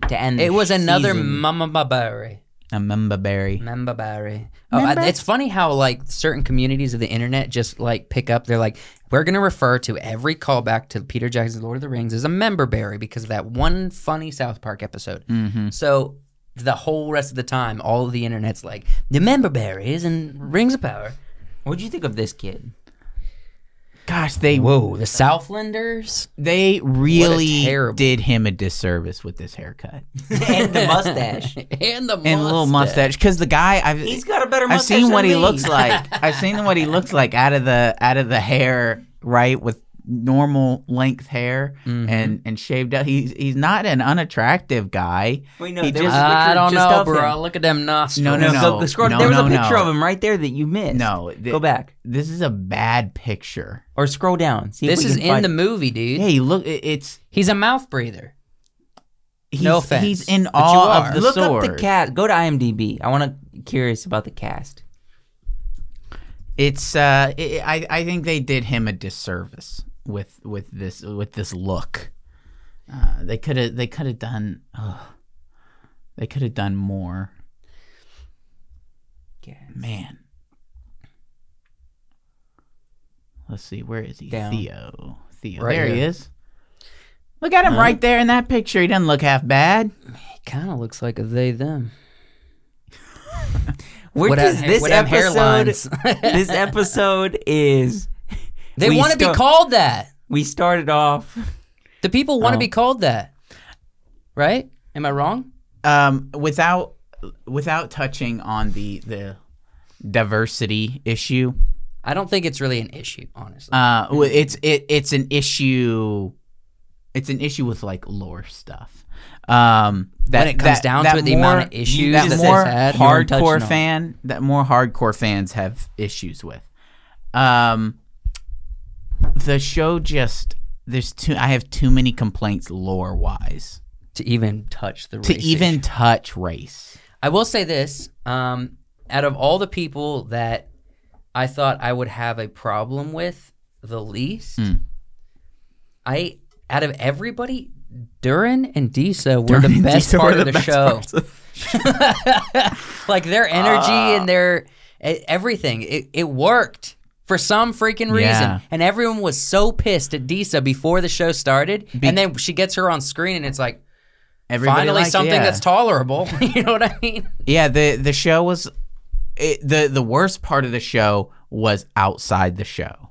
S4: to end.
S1: It
S4: the
S1: was another
S4: season.
S1: Mama Babari.
S2: A member berry.
S1: Member Barry. Oh, I, it's funny how like certain communities of the internet just like pick up. They're like, we're gonna refer to every callback to Peter Jackson's Lord of the Rings as a member Barry because of that one funny South Park episode. So the whole rest of the time, all of the internet's like the member berries and Rings of Power.
S4: What'd you think of this kid?
S2: Gosh, they
S1: Whoa, the Southlanders.
S2: they really
S1: terrible-
S2: did him a disservice with this haircut
S4: and the mustache.
S1: and the
S2: and a little mustache because the guy I've
S4: He's got a better
S2: I've
S4: mustache.
S2: seen
S4: than
S2: what he
S4: me.
S2: looks like. I've seen what he looks like out of the out of the hair right with normal length hair and and shaved up. He's he's not an unattractive guy.
S4: Wait, no,
S2: He
S4: there was
S2: just-
S4: a picture
S1: I don't
S4: just
S1: know,
S4: of him.
S1: bro. Look at them nostrils.
S2: No, no, no.
S4: So, the scroll,
S2: No,
S4: there was
S2: no,
S4: a picture
S2: no.
S4: of him right there that you missed.
S2: No, th-
S4: go back
S2: This is a bad picture.
S4: or scroll down. See if
S1: This
S4: we
S1: is
S4: can
S1: in
S4: find-
S1: the movie, dude.
S2: Hey, look, it- it's
S1: He's a mouth breather.
S2: he's,
S1: No offense,
S2: he's in
S1: but you
S2: awe
S1: are.
S2: of the
S4: Look
S2: sword.
S4: up the cast. Go to IMDb. I want to curious about the cast.
S2: It's uh, i I I think they did him a disservice with with this with this look. Uh, they could have they could have done. Ugh, they could have done more.
S4: Yeah.
S2: Man. Let's see, where is he?
S4: Down.
S2: Theo. Theo.
S1: Right
S2: there he
S1: here.
S2: is. Look at him right there in that picture. He doesn't look half bad.
S1: He kind of looks like a they them.
S4: Where
S1: What
S4: does
S1: a-
S4: this
S1: what a
S4: episode?
S1: hairlines.
S4: this episode is.
S1: They
S4: We
S1: want to be
S4: start-
S1: called that.
S4: We started off.
S1: The people want to
S4: Oh.
S1: be called that, right? Am I wrong?
S2: Um, without without touching on the the diversity issue,
S1: I don't think it's really an issue, honestly.
S2: uh, w-
S1: Mm-hmm.
S2: it's it it's an issue. It's an issue with like lore stuff. Um, that,
S1: When it comes
S2: that-
S1: down
S2: that
S1: to it, the
S2: more-
S1: amount of issues
S2: that
S1: that
S2: more
S1: it's had, you weren't touching
S2: hardcore
S1: on.
S2: fan that more hardcore fans have issues with. Um, the show just there's too I have too many complaints lore wise
S1: to even touch the race
S2: to even
S1: issue.
S2: touch race.
S1: I will say this: um, out of all the people that I thought I would have a problem with the least,
S2: Mm.
S1: I out of everybody, Durin and Disa were the best
S2: These are
S1: part of the,
S2: best
S1: show.
S2: parts of-
S1: like their energy
S2: Ah.
S1: and their e- everything. It, it worked for some freaking reason,
S2: Yeah.
S1: and everyone was so pissed at Disa before the show started. and then she gets her on screen, and it's like
S2: Everybody
S1: finally
S2: liked-
S1: something
S2: yeah.
S1: that's tolerable. you know what I mean?
S2: Yeah, the the show was it, the the worst part of the show was outside the show.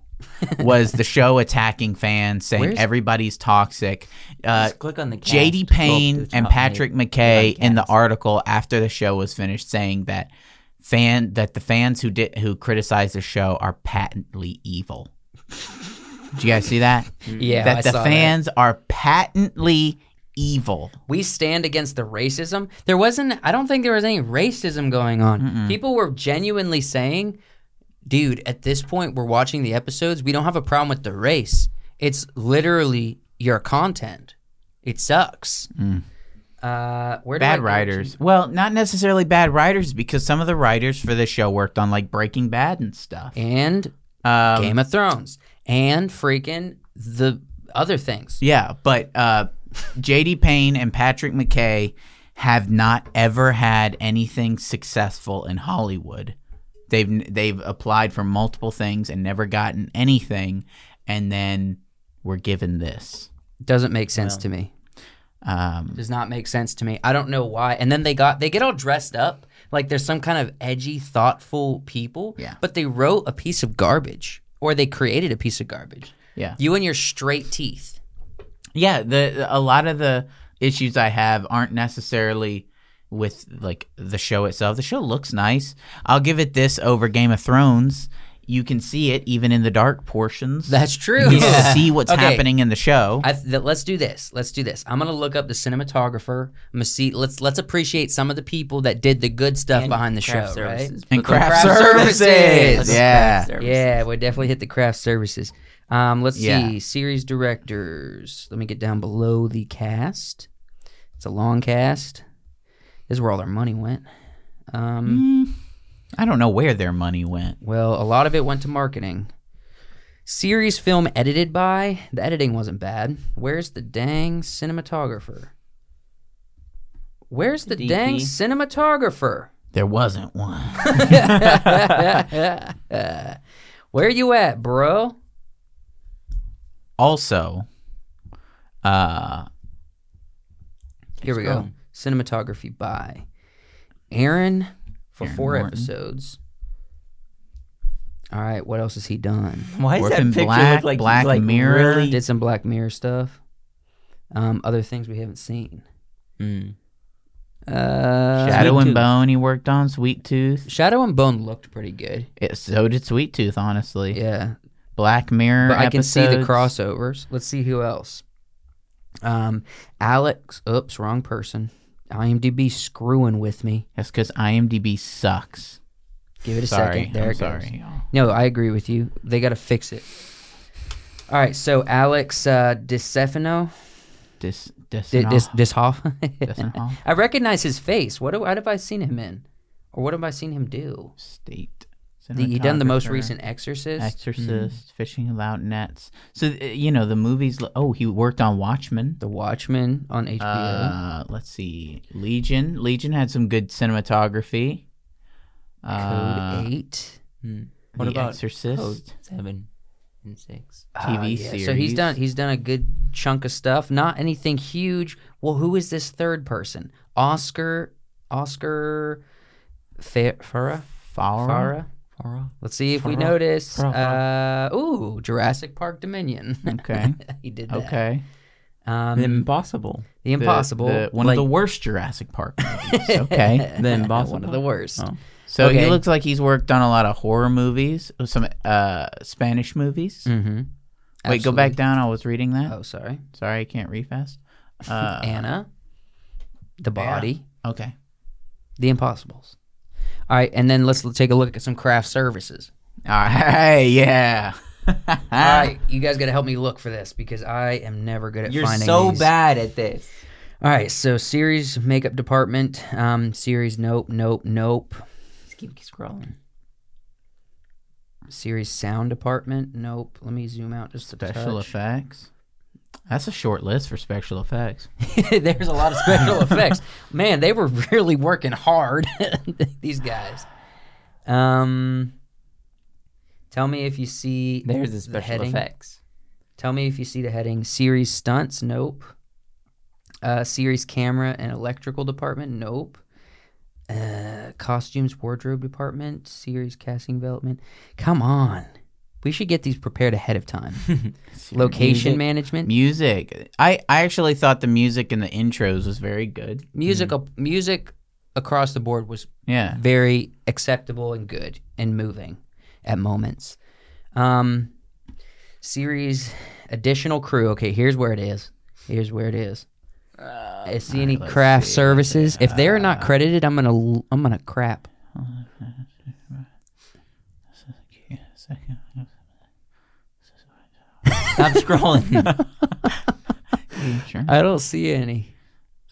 S2: was the show attacking fans saying
S1: Where's-
S2: everybody's toxic? Uh,
S4: Just click on the. Cast.
S2: JD
S4: Scroll up to the
S2: Payne
S4: top
S2: and
S4: right.
S2: Patrick McKay
S4: Like
S2: in the
S4: cats.
S2: article after the show was finished saying that fan that the fans who did who criticized the show are patently evil. did you guys see that?
S1: Yeah,
S2: Mm-hmm. that
S1: I
S2: the
S1: saw
S2: fans are patently evil.
S1: we stand against the racism. There wasn't. I don't think there was any racism going on. People were genuinely saying. dude, at this point, we're watching the episodes. We don't have a problem with the race. It's literally your content. It sucks. Uh, where do I
S2: Mm. bad
S1: go?
S2: writers. Well, not necessarily bad writers because some of the writers for this show worked on like Breaking Bad and stuff.
S1: And
S2: Um,
S1: Game of Thrones. And freaking the other things.
S2: Yeah, but uh, J.D. Payne and Patrick McKay have not ever had anything successful in Hollywood. They've they've applied for multiple things and never gotten anything, and then were given this.
S1: Doesn't make sense to me.
S2: Um,
S1: does not make sense to me. I don't know why. And then they got they get all dressed up like they're some kind of edgy, thoughtful people.
S2: Yeah.
S1: But they wrote a piece of garbage, or they created a piece of garbage.
S2: yeah,
S1: You and your straight teeth.
S2: yeah. The a lot of the issues I have aren't necessarily with like the show itself. The show looks nice. I'll give it this over Game of Thrones. You can see it even in the dark portions.
S1: That's true.
S2: you can see what's
S1: Okay.
S2: happening in the show.
S1: I th- let's do this. Let's do this. I'm gonna look up the cinematographer. I'm gonna see. Let's let's appreciate some of the people that did the good stuff behind the show,
S4: Craft
S1: right?
S4: services.
S2: and
S4: But the
S2: craft,
S1: craft
S2: services.
S1: services.
S2: Yeah.
S4: services.
S1: Yeah, we definitely hit the craft services. Um, let's
S2: Yeah.
S1: see, series directors. Let me get down below the cast. It's a long cast. This is where all their money went.
S2: Hmm.
S1: Um,
S2: Mm, I don't know where their money went.
S1: Well, a lot of it went to marketing. Series film edited by. The editing wasn't bad. Where's the dang cinematographer? Where's the dang
S4: DP.
S1: cinematographer?
S2: There wasn't one.
S1: Where you at, bro?
S2: also, uh,
S1: Here we go. Cinematography by Aaron for
S2: Aaron
S1: four
S2: Norton.
S1: episodes. All right, what else has he done?
S4: Why does that
S2: Orphan
S4: picture
S2: Black,
S4: look like
S2: Black
S4: he's, like,
S2: Mirror.
S4: Really?
S1: Did some Black Mirror stuff. Um, other things we haven't seen.
S4: Mm.
S1: Uh,
S2: Shadow
S4: Sweet
S2: and
S4: Tooth.
S2: Bone he worked on, Sweet Tooth.
S1: Shadow and Bone looked pretty good.
S2: It, so did Sweet Tooth, honestly.
S1: Yeah,
S2: Black Mirror.
S1: but I can see the
S2: episodes.
S1: crossovers. Let's see who else. Um, Alex. Oops, wrong person. IMDb screwing with me.
S2: That's because IMDb sucks.
S1: Give it a
S2: sorry,
S1: second. There
S2: I'm
S1: it goes.
S2: sorry. y'all.
S1: No, I agree with you. They got to fix it. All right, so Alex uh, DiStefano,
S2: Dis, dis,
S1: Di- Dis-
S2: dis,
S1: Dishoff. I recognize his face. What, do, what have I seen him in, or what have I seen him do?
S2: state.
S1: The, he done the most
S2: Cinematographer.
S1: recent Hmm. Exorcist. Mm-hmm.
S2: Exorcist, Fishing Without Nets. So uh, you know the movies. Oh, he worked on Watchmen.
S1: the Watchmen on HBO.
S2: Uh, let's see, Legion. Legion had some good cinematography. Uh,
S1: Code Eight.
S4: What
S2: the
S4: about
S2: Exorcist?
S4: seven and six?
S1: Ah,
S2: TV
S1: So he's
S2: series.
S1: done. He's done a good chunk of stuff. Not anything huge. Well, who is this third person? Oscar. Oscar. Fa- Farah.
S2: Farah?
S1: Farah. Let's see if we notice. Uh, ooh, Jurassic Park Dominion.
S2: Okay.
S1: he did that.
S2: Okay.
S1: Um,
S4: Impossible.
S1: the
S2: The-
S1: Impossible.
S2: the- one
S4: Like-
S2: of the worst Jurassic Park. movies. okay.
S4: The
S1: one
S4: Impossible.
S1: of the worst.
S4: Oh.
S2: So
S1: Okay.
S2: he looks like he's worked on a lot of horror movies, some uh, Spanish movies.
S1: Mm-hmm.
S2: Wait, go back down. I was reading that.
S1: Oh, sorry.
S2: Sorry, I can't read fast. Uh,
S1: Anna. The Body.
S2: okay.
S1: The Impossibles. All right, and then let's l- take a look at some craft services.
S2: All right. Yeah.
S1: All
S2: Ah.
S1: right, you guys got to help me look for this because I am never good at
S4: You're
S1: finding
S4: so
S1: these.
S4: bad at this.
S1: All right, so series makeup department, um, series nope, nope, nope.
S4: Just keep scrolling.
S1: Series sound department, nope. Let me zoom out just
S2: Special
S1: a touch.
S2: effects. That's a short list for special effects.
S1: There's a lot of special effects. Man, they were really working hard, these guys. Um, tell me if you see
S4: There's the
S1: the
S4: special
S1: heading.
S4: effects.
S1: Tell me if you see the heading series stunts. Nope. Uh, series camera and electrical department. Nope. Uh, costumes wardrobe department. Series casting development. Come on, we should get these prepared ahead of time. Location
S2: Music.
S1: management.
S2: Music. I, I actually thought the music in the intros was very good.
S1: Music. Music across the board was
S2: Yeah.
S1: very acceptable and good and moving at moments. Um, series additional crew. Okay, here's where it is. Here's where it is.
S4: Uh,
S1: I Uh, see Uh, any craft services? If they're not credited, I'm gonna l- I'm gonna crap.
S4: Stop scrolling.
S2: Sure.
S1: I don't see any.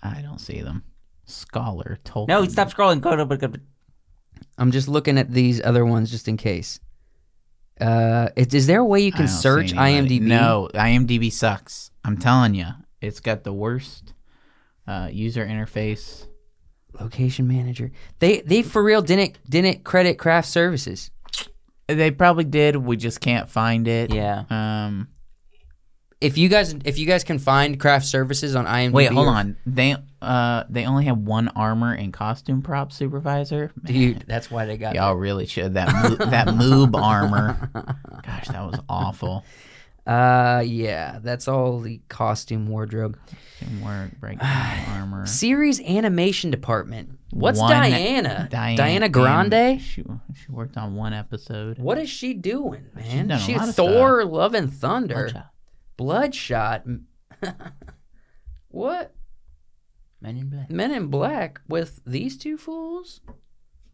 S2: I don't see them. Scholar Tolkien.
S4: no, stop scrolling. Go to
S1: I'm just looking at these other ones just in case. Uh, is, is there a way you
S2: I
S1: can
S2: don't see
S1: search
S2: anybody.
S1: IMDb?
S2: No, IMDb sucks. I'm telling you, it's got the worst uh, user interface.
S1: Location manager. They they for real didn't didn't credit craft services.
S2: They probably did. We just can't find it.
S4: Yeah.
S2: Um.
S1: If you guys if you guys can find craft services on IMDb,
S2: Wait, hold
S1: or-
S2: on. They uh they only have one armor and costume prop supervisor. Man,
S1: dude. That's why they got.
S2: y'all really should that mo- that moob armor. Gosh, that was awful.
S1: Uh, yeah, that's all the costume wardrobe.
S2: Didn't work. Breakdown armor.
S1: Series animation department. What's
S2: One-
S1: Diana? uh, Diana?
S2: Diana,
S1: Grande?
S2: and She, she worked on one episode.
S1: What is she doing, man?
S2: done a
S1: She
S2: lot of
S1: Thor, Love and Thunder, Bloodshot.
S2: Bloodshot.
S1: what
S4: Men in Black.
S1: Men in Black with these two fools?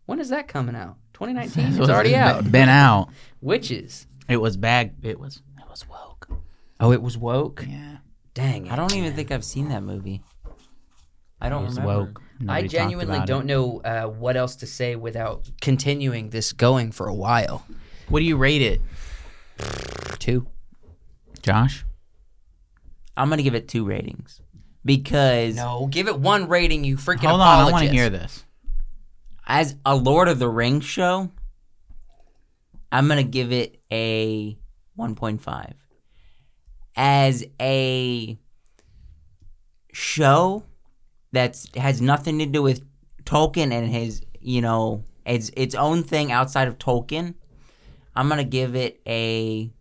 S1: When is that coming out? 2019.
S2: was
S1: It's already out.
S2: Been out.
S1: Witches.
S2: It was bag. It was. It was woke.
S1: Oh, it was woke.
S2: Yeah.
S1: Dang it.
S4: I don't even think I've seen that movie. I
S2: It
S4: don't
S2: was
S4: remember.
S2: woke. Nobody
S1: I
S2: talked
S1: genuinely
S2: about it.
S1: don't know uh, what else to say without continuing this going for a while.
S2: What do you rate it,
S1: Two.
S2: Josh?
S4: I'm gonna give it two ratings because
S1: No, give it one rating. You freaking
S2: Hold on. I want to hear this.
S4: as a Lord of the Rings show, I'm gonna give it a 1.5. As a show that's has nothing to do with Tolkien and his, you know, it's its own thing outside of Tolkien, I'm gonna give it a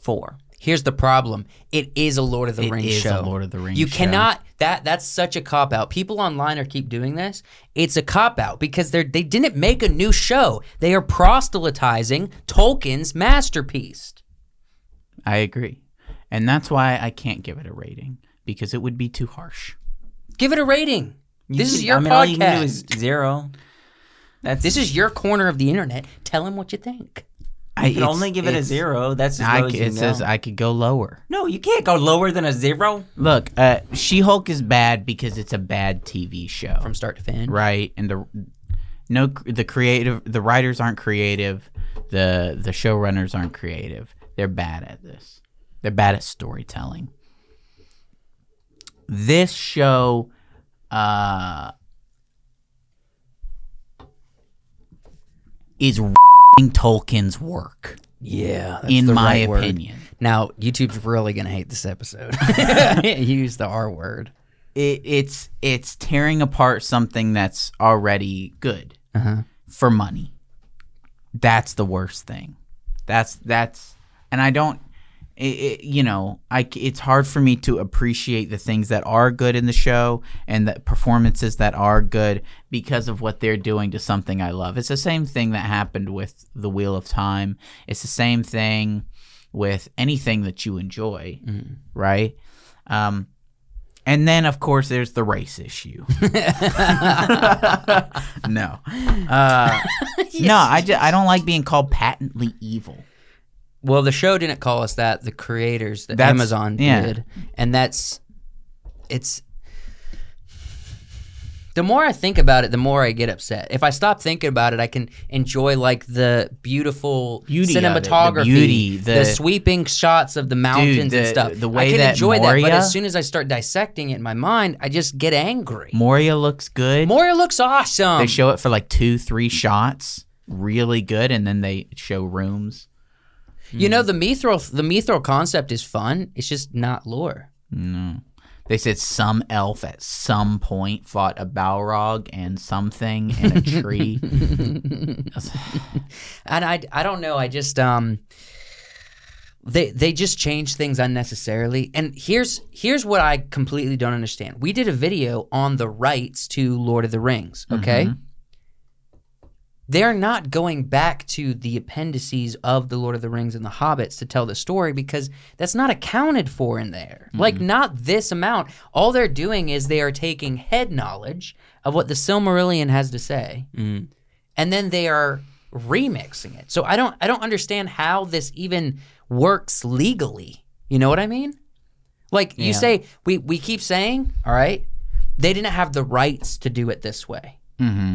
S4: four.
S1: Here's the problem. It is a Lord of the
S2: It
S1: Rings
S2: is a
S1: show.
S2: Lord of the Rings
S1: You
S2: show.
S1: cannot. That that's such a cop out. People online are keep doing this. It's a cop out because they they didn't make a new show. They are proselytizing Tolkien's masterpiece.
S2: I agree, and that's why I can't give it a rating because it would be too harsh.
S1: Give it a rating. this
S4: You
S1: is
S4: can-
S1: your
S4: I mean,
S1: podcast.
S4: all you can do is zero. That's
S1: this is your corner of the internet. Tell him what you think.
S2: I
S4: you can only give it a
S2: it's-
S4: zero. That's as
S2: I
S4: low as
S2: c-
S4: you
S2: it
S4: know.
S2: says I could go lower.
S4: no, you can't go lower than a zero.
S2: Look, uh, She Hulk is bad because it's a bad TV show.
S1: From start to finish.
S2: right and the no the creative the writers aren't creative the the showrunners aren't creative they're bad at this they're bad at storytelling this show uh is Tolkien's work
S1: Yeah. that's
S2: in
S1: the
S2: my
S1: right word.
S2: opinion
S1: Now YouTube's really gonna hate this episode. You Use the R word.
S2: it, it's it's tearing apart something that's already good for money. That's the worst thing. That's that's and I don't. It, it, you know, I c- it's hard for me to appreciate the things that are good in the show and the performances that are good because of what they're doing to something I love. It's the same thing that happened with The Wheel of Time. It's the same thing with anything that you enjoy, right? Um, and then, of course, there's the race issue. no, uh, no, I, ju- I don't like being called patently evil.
S1: Well, the show didn't call us that. The creators, the
S2: That's-
S1: Amazon
S2: yeah.
S1: did, and that's it's. The more I think about it, the more I get upset. If I stop thinking about it, I can enjoy like the beautiful
S2: Beauty of it, the
S1: cinematography,
S2: beauty, the-
S1: sweeping shots of the mountains and
S2: the-
S1: stuff.
S2: the way
S1: I can
S2: that
S1: enjoy that, but
S2: Moria-
S1: as soon as I start dissecting it in my mind, I just get angry.
S2: Moria looks good.
S1: Moria looks awesome.
S2: they show it for like two, three shots, really good, and then they show rooms.
S1: you know the mithril the mithril concept is fun. It's just not lore.
S2: They said some elf at some point fought a Balrog and something in a tree.
S1: and I, I don't know. I just um, they they just change things unnecessarily. And here's here's what I completely don't understand. We did a video on the rights to Lord of the Rings. Okay, they're not going back to the appendices of the Lord of the Rings and the Hobbits to tell the story because that's not accounted for in there. Like not this amount. All they're doing is they are taking head knowledge of what the Silmarillion has to say and then they are remixing it. So I don't I don't understand how this even works legally. You know what I mean? Like you say we we keep saying, all right, they didn't have the rights to do it this way.
S2: Mm-hmm.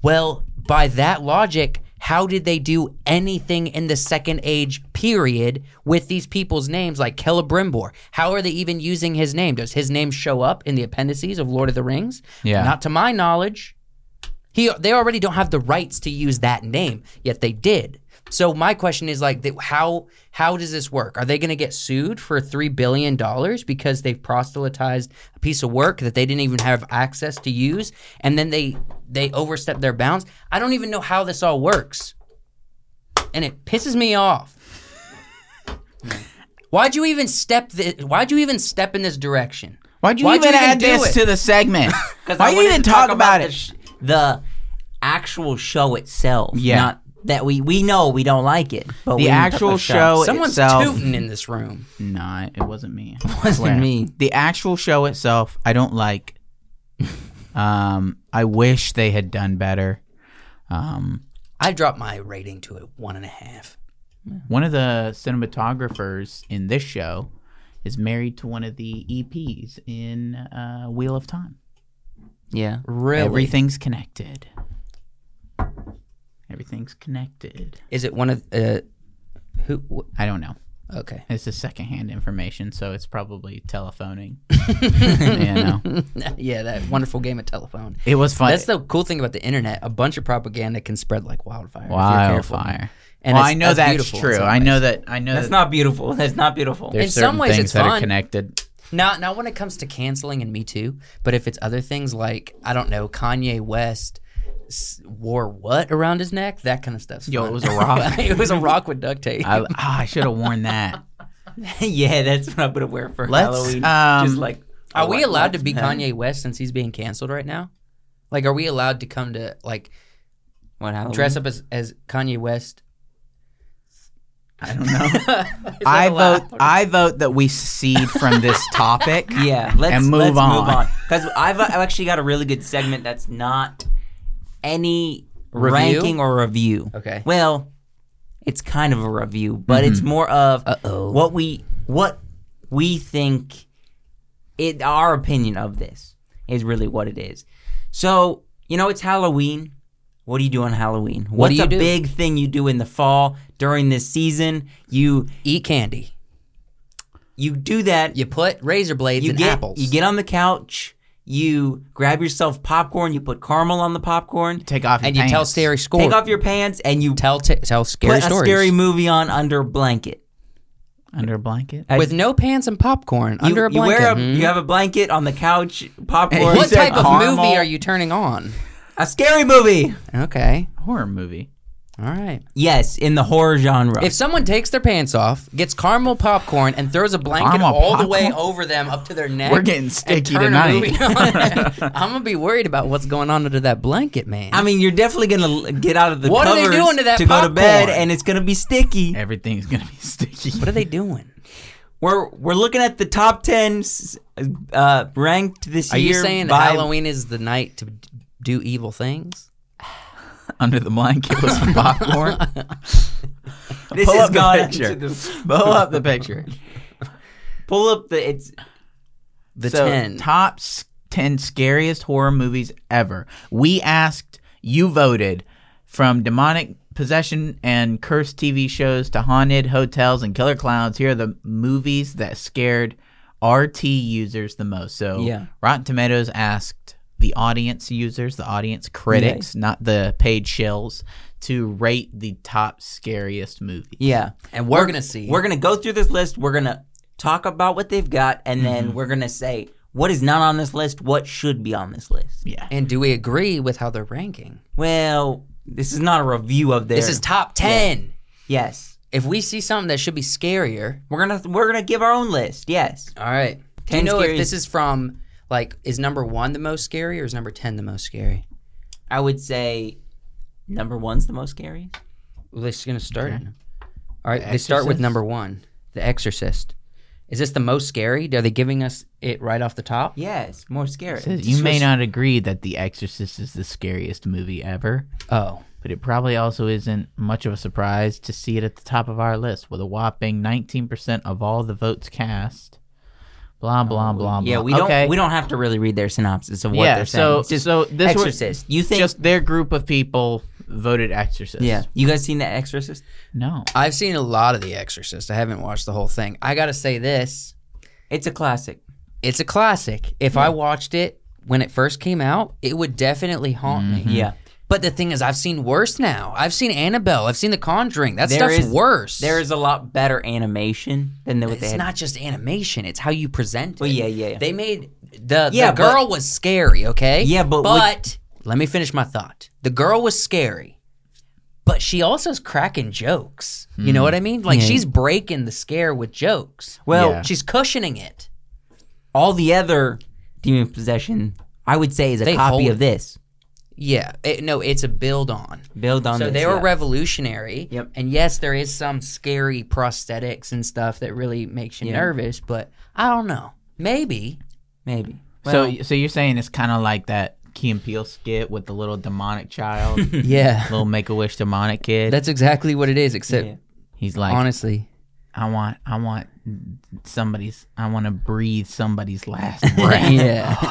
S1: Well, by that logic, how did they do anything in the second age period with these people's names like Celebrimbor? How are they even using his name? Does his name show up in the appendices of Lord of the Rings?
S2: Yeah.
S1: Not to my knowledge. He they already don't have the rights to use that name, yet they did. So my question is like, that- how how does this work? Are they going to get sued for three billion dollars because they've proselytized a piece of work that they didn't even have access to use, and then they they overstep their bounds? I don't even know how this all works, and it pisses me off. Why'd you even step? Th- why'd you even step in this direction?
S2: Why'd you
S1: Why'd
S2: even
S1: you even
S2: add
S1: do
S2: this
S1: it?
S2: to the segment?
S4: Because
S2: Why
S4: I
S2: you
S4: wanted
S2: even
S4: to
S2: talk, about,
S4: The,
S2: it?
S4: sh- the actual show itself.
S2: Yeah.
S4: Not that we we know we don't like it, but
S2: the
S4: we-
S2: actual show
S1: Someone's
S2: itself.
S1: tooting in this room.
S2: Nah, it wasn't me. It
S4: wasn't me.
S2: The actual show itself, I don't like. um, I wish they had done better. Um,
S1: I dropped my rating to a one and a half.
S2: one of the cinematographers in this show is married to one of the EPs in uh, Wheel of Time.
S4: Yeah.
S1: Really?
S2: Everything's connected. Everything's connected.
S1: Is it one of uh, who? wh-
S2: I don't know.
S1: Okay.
S2: This is secondhand information, so it's probably telephoning. yeah, no.
S1: yeah, that wonderful game of telephone.
S2: It was fun.
S1: That's the cool thing about the internet. A bunch of propaganda can spread like wildfire. if you're careful.
S2: wildfire.
S1: And
S2: well,
S1: it's-
S2: I know
S1: that's
S2: that's
S1: beautiful in
S2: true.
S1: some
S2: I know
S1: ways.
S2: that. I know
S4: That's
S2: that
S4: not beautiful. That's not beautiful.
S2: There's
S1: In
S2: certain
S1: some ways
S2: things
S1: it's
S2: that are
S1: fun.
S2: connected.
S1: Not not when it comes to canceling and Me Too, but if it's other things like I don't know, Kanye West s- wore what around his neck, that kind of stuff.
S2: Yo, it was a rock.
S1: it was a rock with duct tape.
S2: I, ah, I should have worn that.
S4: yeah, that's what I'm gonna wear for
S2: Let's,
S4: Halloween.
S2: um,
S4: Just like,
S1: Are
S4: I
S1: we
S4: want
S1: allowed to
S4: lots
S1: be
S4: of them.
S1: Kanye West since he's being canceled right now? Like, are we allowed to come to like
S4: What Halloween?
S1: dress up as as Kanye West?
S2: I don't know.
S1: Is that
S2: I vote.
S1: allowed?
S2: I vote that we secede from this topic.
S4: Yeah, let's
S2: And move
S4: let's
S2: on.
S4: Move on. Because I've, I've actually got a really good segment that's not any
S1: Review?
S4: ranking or review.
S1: Okay.
S4: Well, it's kind of a review, but it's more of
S1: Mm-hmm. Uh-oh.
S4: what we what we think it our opinion of this is really what it is. So you know, it's Halloween. What do you do on Halloween? What's
S1: do you
S4: a
S1: do?
S4: big thing you do in the fall during this season? You
S1: Eat candy.
S4: you do that.
S1: You put razor blades
S4: you
S1: in
S4: get
S1: apples.
S4: you get on the couch, you grab yourself popcorn, you put caramel on the popcorn,
S2: Take off your
S1: and you tell
S2: pants.
S1: scary stories.
S4: take off your pants, and you
S1: tell t- tell scary
S4: put a
S1: stories
S4: scary movie on under a blanket.
S2: under a blanket.
S1: with no pants and popcorn
S4: You,
S1: under a
S4: you
S1: blanket.
S4: wear a,
S1: Hmm?
S4: you have a blanket on the couch, popcorn.
S2: He
S1: what
S2: said
S1: type of
S2: caramel.
S1: movie are you turning on?
S4: A scary movie.
S1: Okay,
S2: Horror movie.
S1: all right.
S4: Yes, in the horror genre.
S1: If someone takes their pants off, gets caramel popcorn, and throws a blanket
S2: Caramel
S1: all the way
S2: popcorn?
S1: over them up to their neck,
S2: We're getting
S1: and
S2: sticky
S1: turn a
S2: tonight.
S1: movie on, I'm gonna be worried about what's going on under that blanket, man.
S4: I mean, you're definitely gonna l- get out of the
S1: What are they
S4: covers
S1: doing to that
S4: go to bed,
S1: popcorn?
S4: and it's gonna be sticky.
S2: Everything's gonna be sticky.
S1: what are they doing?
S4: We're we're looking at the top ten s- uh, ranked this
S1: Are
S4: year.
S1: you saying that
S4: by-
S1: Halloween is the night to d- do evil things?
S2: under the blanket with some popcorn.
S4: This
S2: Pull
S4: has
S2: up the
S4: gone
S2: picture.
S4: into the-
S2: Pull up the picture.
S4: pull up the it's
S1: The
S2: so,
S1: ten.
S2: top s- 10 scariest horror movies ever. We asked, you voted from demonic possession and cursed TV shows to haunted hotels and killer clowns. Here are the movies that scared RT users the most. So,
S4: Yeah.
S2: Rotten Tomatoes asked the audience users, the audience critics, not the paid shills, to rate the top scariest movie.
S4: yeah.
S1: and we're, gonna see.
S4: We're gonna go through this list. We're gonna talk about what they've got, and
S1: Mm-hmm.
S4: then we're gonna say what is not on this list, what should be on this list.
S2: Yeah.
S1: and do we agree with how they're ranking?
S4: Well, this is not a review of theirs.
S1: This is top ten.
S4: yes.
S1: If we see something that should be scarier,
S4: We're gonna we're gonna give our own list. Yes.
S1: all right. Do
S4: 10
S1: you know if
S4: scariest-
S1: this is from like is number one the most scary or is number ten the most scary?
S4: I would say number one's the most scary.
S1: Well, they're just gonna start. it. All right, they start with
S2: Exorcist?
S1: number one, The Exorcist. Is this the most scary? Are they giving us it right off the top?
S4: Yes, more scary.
S2: Says, you may not agree that The Exorcist is the scariest movie ever,
S1: Oh,
S2: but it probably also isn't much of a surprise to see it at the top of our list with a whopping 19% of all the votes cast. Blah blah blah.
S4: Oh, Yeah,
S2: blah.
S4: we don't we don't have to really read their synopsis of what
S2: yeah,
S4: they're
S2: so
S4: saying. Just
S2: so this were-
S4: Exorcist. you think?
S2: just their group of people voted Exorcist.
S4: yeah, you guys seen the Exorcist?
S2: No.
S1: I've seen a lot of The Exorcist. I haven't watched the whole thing. I gotta say this:
S4: It's a classic.
S1: it's a classic. If I watched it when it first came out, it would definitely haunt me.
S4: Mm-hmm. Yeah,
S1: But the thing is, I've seen worse now. I've seen Annabelle. I've seen The Conjuring. That
S4: There
S1: stuff's
S4: is-
S1: worse.
S4: there is a lot better animation than what they
S1: It's
S4: had.
S1: not just animation; it's how you present it.
S4: Well, yeah, yeah, yeah.
S1: They made the
S4: Yeah,
S1: the girl was scary. Okay.
S4: Yeah, but
S1: but
S4: what-
S1: let me finish my thought. The girl was scary, but she also is cracking jokes. You know what I mean? Like
S4: Hmm. Yeah.
S1: she's breaking the scare with jokes.
S4: Well-
S2: Yeah.
S1: she's cushioning it.
S4: All the other demon possession, I would say, is a
S1: They
S4: copy
S1: hold-
S4: of this.
S1: Yeah. It- no, it's a build on.
S4: Build on.
S1: So
S4: this,
S1: they were
S4: yeah.
S1: revolutionary.
S4: Yep.
S1: And yes, there is some scary prosthetics and stuff that really makes you
S4: Yeah.
S1: nervous, but I don't know. Maybe.
S4: maybe. Well,
S2: so so you're saying it's kind of like that Key and Peele skit with the little demonic child,
S1: Yeah.
S2: little Make a Wish demonic kid.
S1: That's exactly what it is, except
S4: Yeah.
S2: He's like,
S1: honestly.
S2: I want, I want somebody's, I want to breathe somebody's last breath.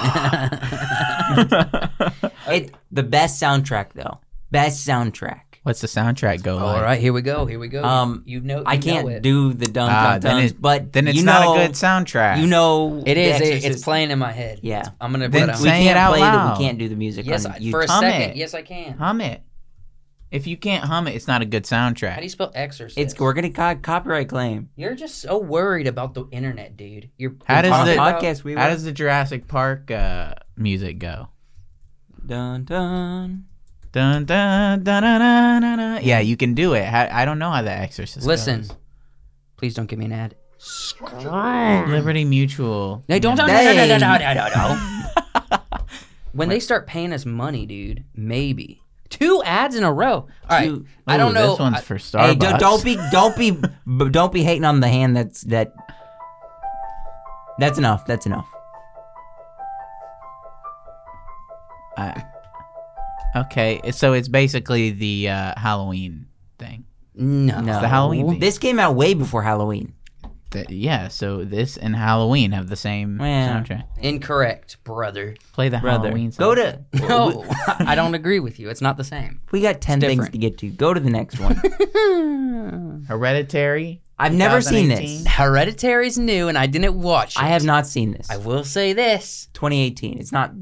S1: Uh,
S4: it the best soundtrack though. Best soundtrack.
S2: What's the soundtrack
S4: Oh,
S2: go like?
S1: All right, here we go. Here we go.
S4: Um,
S1: you know, you
S4: I
S1: know
S4: can't
S1: it.
S4: do the dum
S2: Ah,
S4: dum
S2: then
S4: dums,
S2: it-
S4: but
S2: then it's
S4: you
S2: not
S4: know,
S2: a good soundtrack.
S4: You know,
S1: It
S4: The
S1: is. It, it's
S4: Exorcist-
S1: playing in my head.
S4: Yeah.
S1: I'm gonna
S2: Then
S1: put it
S4: We
S1: on.
S2: say- Saying
S4: can't
S2: it out
S4: play
S2: loud.
S4: The, we can't do the music.
S1: Yes,
S4: on
S1: I-
S4: YouTube.
S1: for a
S2: hum
S1: second.
S2: it.
S1: Yes, I can.
S2: hum it. If you can't hum it, it's not a good soundtrack.
S1: How do you spell exorcist?
S4: It's we're gonna co- copyright claim.
S1: You're just so worried about the internet, dude. You're.
S2: How
S1: you're
S2: does
S1: talking
S2: it-
S1: about-
S4: podcast we
S2: How
S4: were-
S2: does the Jurassic Park uh, music go?
S4: Dun dun.
S2: Dun, dun, dun, dun, dun, dun, dun. Yeah, you can do it. How, I don't know how The Exorcist.
S1: Listen,
S2: goes.
S1: please don't give me an ad.
S2: Liberty Mutual.
S1: No, don't. No, no, no,
S4: Dang.
S1: no, no, no, no, no. when they start paying us money, dude, maybe two ads in a row. All right,
S4: Two-
S1: I
S2: Ooh,
S1: don't know.
S2: This one's
S1: I-
S2: for
S4: Hey,
S2: Starbucks.
S4: don't, don't be don't be b- don't be hating on the hand. That's that. That's enough. That's enough.
S2: I- okay, so it's basically the uh, Halloween thing.
S1: no,
S4: No.
S2: It's the Halloween theme.
S4: This came out way before Halloween.
S2: Th- yeah, so this and Halloween have the same
S4: Yeah.
S2: soundtrack.
S1: incorrect, brother.
S2: Play the
S4: Brother,
S2: Halloween
S4: go
S2: song.
S4: to.
S1: No, I don't agree with you. It's not the same.
S4: We got ten things
S1: different.
S4: to get to. Go to the next one.
S2: Hereditary.
S4: I've never seen this.
S2: 2018.
S1: Hereditary's new, and I didn't watch. It.
S4: I have not seen this.
S1: I will say this.
S4: 2018. It's not.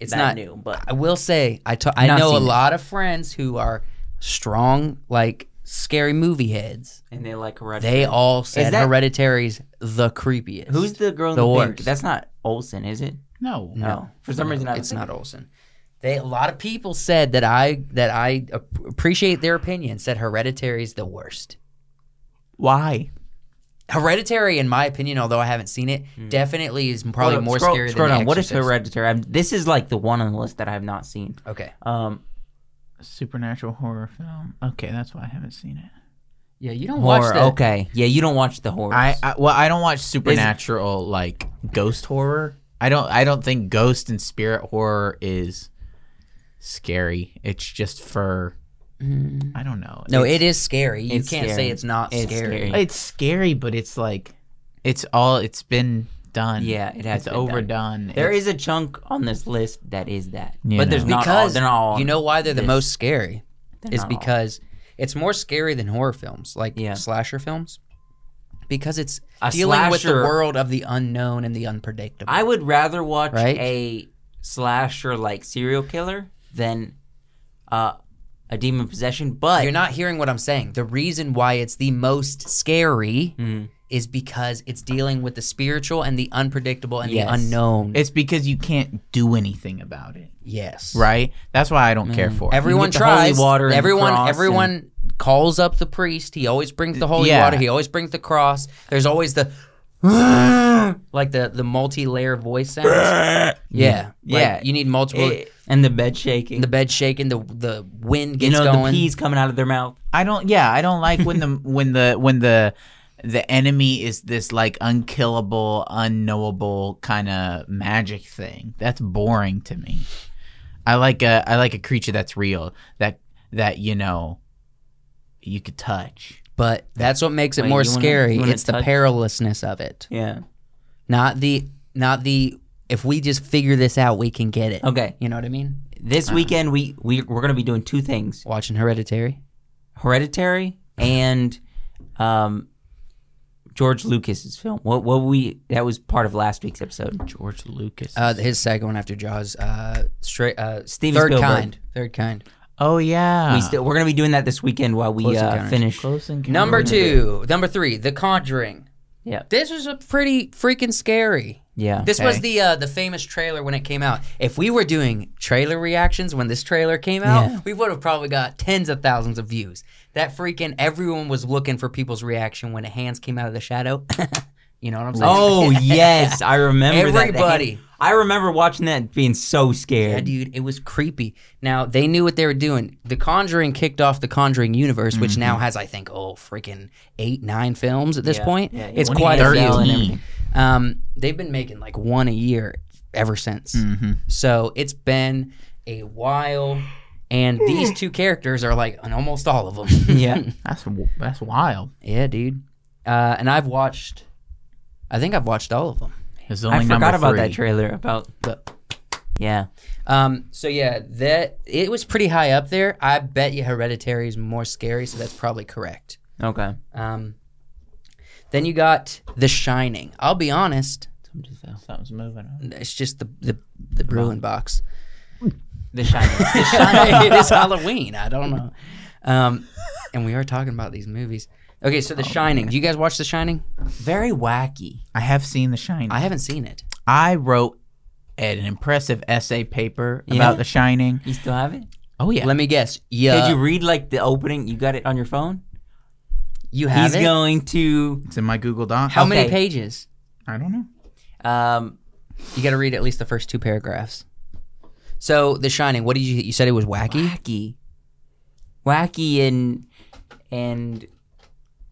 S1: It's
S4: that
S1: not
S4: new, but
S1: I will say I ta- I
S4: Not
S1: know a
S4: seen it.
S1: lot of friends who are strong, like scary movie heads.
S4: and they like hereditary.
S1: They all said
S4: that-
S1: Hereditary's the creepiest.
S4: Who's the girl in
S1: The
S4: the, pink?
S1: worst.
S4: That's not Olsen, is it?
S2: No.
S4: No. For some reason, I was
S1: it's not Olsen. They a lot of people said that I that I ap- appreciate their opinion. Said Hereditary's the worst.
S2: Why?
S1: Hereditary, in my opinion, although I haven't seen it, definitely is probably
S4: Hold up,
S1: more
S4: Hmm. scroll,
S1: scary
S4: scroll
S1: than
S4: down.
S1: The
S4: What is
S1: Exorcist.
S4: hereditary? I'm, this is like the one on the list that I have not seen.
S1: Okay.
S4: Um,
S2: Supernatural horror film. Okay, that's why I haven't seen it.
S1: Yeah, you don't
S4: horror.
S1: watch the
S4: Okay, yeah, you don't watch the horror.
S2: I, I well, I don't watch supernatural like ghost horror. I don't. I don't think ghost and spirit horror is scary. It's just for. I don't know.
S1: No,
S2: it's,
S1: it is scary. You
S4: Mm. it's
S1: can't
S4: scary.
S1: say it's not
S4: It's
S1: scary.
S4: scary.
S2: it's scary, but it's like, it's all. It's been done.
S4: Yeah, it has
S2: It's
S4: been done.
S2: overdone.
S4: there
S2: It's-
S4: is a chunk on this list that is that,
S2: You
S4: but there's
S2: know.
S4: not all.
S1: Because
S4: They're not all.
S1: you know why they're the
S4: this.
S1: most scary is
S4: not all.
S1: because it's more scary than horror films, like
S4: Yeah.
S1: slasher films, because it's
S4: A
S1: dealing with the
S4: slasher-
S1: world of the unknown and the unpredictable.
S4: I would rather watch
S1: Right?
S4: a slasher like serial killer than uh, a demon possession. But
S1: You're not hearing what I'm saying. The reason why it's the most scary
S4: Mhm.
S1: is because it's dealing with the spiritual and the unpredictable and
S4: Yes.
S1: the unknown.
S2: It's because you can't do anything about it,
S1: yes,
S2: right? That's why I don't care
S4: Mm.
S2: for it.
S1: Everyone
S4: get the holy
S1: tries.
S4: water and
S1: everyone,
S4: cross
S1: everyone calls up the priest. He always brings the holy
S2: Yeah.
S1: water. He always brings the cross. There's always the like the the multi layer voice sounds. yeah, yeah.
S4: Yeah.
S1: you need multiple.
S4: it- and the bed shaking,
S1: the bed shaking. The the wind
S4: you
S1: gets
S4: know
S1: going.
S4: the peas coming out of their mouth.
S2: I don't. Yeah, I don't like when the when the when the the enemy is this like unkillable, unknowable kind of magic thing. That's boring to me. I like a I like a creature that's real that that you know you could touch.
S1: But that's what makes it
S4: Wait,
S1: more
S4: you wanna-
S1: scary.
S4: you wanna
S1: it's the
S4: touch-
S1: perilousness of it.
S4: Yeah.
S1: Not the not the if we just figure this out, we can get it.
S4: Okay.
S1: You know what I mean?
S4: This weekend we, we we're gonna be doing two things:
S1: Watching Hereditary.
S4: Hereditary and um, George Lucas's film. What what we that was part of last week's episode.
S2: George Lucas.
S1: Uh, his second one after Jaws. Uh, straight. Uh,
S4: Steven
S1: third
S4: Spielberg.
S1: kind. Third kind.
S2: oh yeah.
S4: We still we're gonna be doing that this weekend while we
S1: Close
S4: uh,
S1: Encounters.
S4: finish.
S1: Number two. Number three. The Conjuring.
S4: Yeah.
S1: This was a pretty freaking scary.
S4: Yeah.
S1: This was
S2: Okay.
S1: the uh, the famous trailer when it came out. If we were doing trailer reactions when this trailer came out, we would have probably got tens of thousands of views. That freaking everyone was looking for people's reaction when the hands came out of the shadow. you know what I'm saying?
S4: Oh yes, I remember that.
S1: Everybody.
S4: I remember watching that being so
S1: Yeah,
S4: scared.
S1: dude, it was creepy. Now they knew what they were doing. The Conjuring kicked off the Conjuring universe, which now has, I think, oh, freaking eight, nine films at this point.
S4: Mm-hmm. yeah,
S1: it's
S4: when
S1: quite
S4: he
S1: a
S4: had
S1: few.
S4: Bell and
S2: everything.
S1: Um, they've been making like one a year ever since.
S4: Mm.
S2: Mm-hmm.
S1: So it's been a while, and these two characters are like on almost all of them.
S4: yeah.
S2: That's w- that's wild.
S1: yeah, dude. Uh, and I've watched, I think I've watched all of them.
S2: It's
S4: I
S2: only
S4: forgot
S2: number
S4: about that
S2: three.
S4: trailer about the Yeah.
S1: Um, so yeah, that it was pretty high up there. I bet you Hereditary is more scary, so that's probably correct.
S4: Okay.
S1: Um, then you got The Shining. I'll be honest,
S4: uh,
S2: Something's moving. On.
S1: it's just the the, the Bruin box.
S4: The Shining. The
S1: it
S4: Shining.
S1: is Halloween. I don't know. Um, and we are talking about these movies. Okay, so The Shining. Do you guys watch The Shining?
S4: Very wacky.
S2: I have seen The Shining.
S1: I haven't seen it.
S2: I wrote an impressive essay paper about The Shining.
S4: You still have it?
S2: Oh yeah.
S1: Let me guess. Yeah,
S4: Did you read like the opening? You got it on your phone?
S1: you have
S4: He's
S1: it.
S4: going to
S2: it's in my Google Doc. Oh,
S1: How many
S4: Okay.
S1: pages?
S2: I don't know.
S4: um
S1: You got to read at least the first two paragraphs. So, The Shining. What did you? You said it was wacky.
S4: wacky. Wacky and and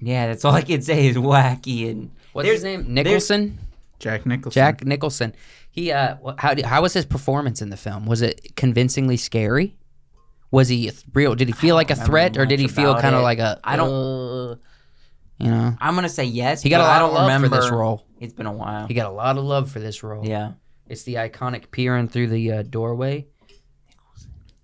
S4: yeah, that's all I can say is wacky and
S1: What's
S4: There's-
S1: his name? Nicholson.
S2: Jack Nicholson.
S1: Jack Nicholson. He. Uh, wh- how did, how was his performance in the film? Was it convincingly scary? Was he a th- real? Did he feel like a threat, or did he
S4: much
S1: feel
S4: about
S1: kind
S4: it.
S1: of like a?
S4: I don't-
S1: uh, you know,
S4: I'm gonna say yes.
S1: he got
S4: but
S1: a lot
S4: I don't
S1: of love
S4: remember
S1: for this role.
S4: It's been a while.
S1: He got a lot of love for this role.
S4: Yeah.
S1: It's the iconic peering through the uh, doorway,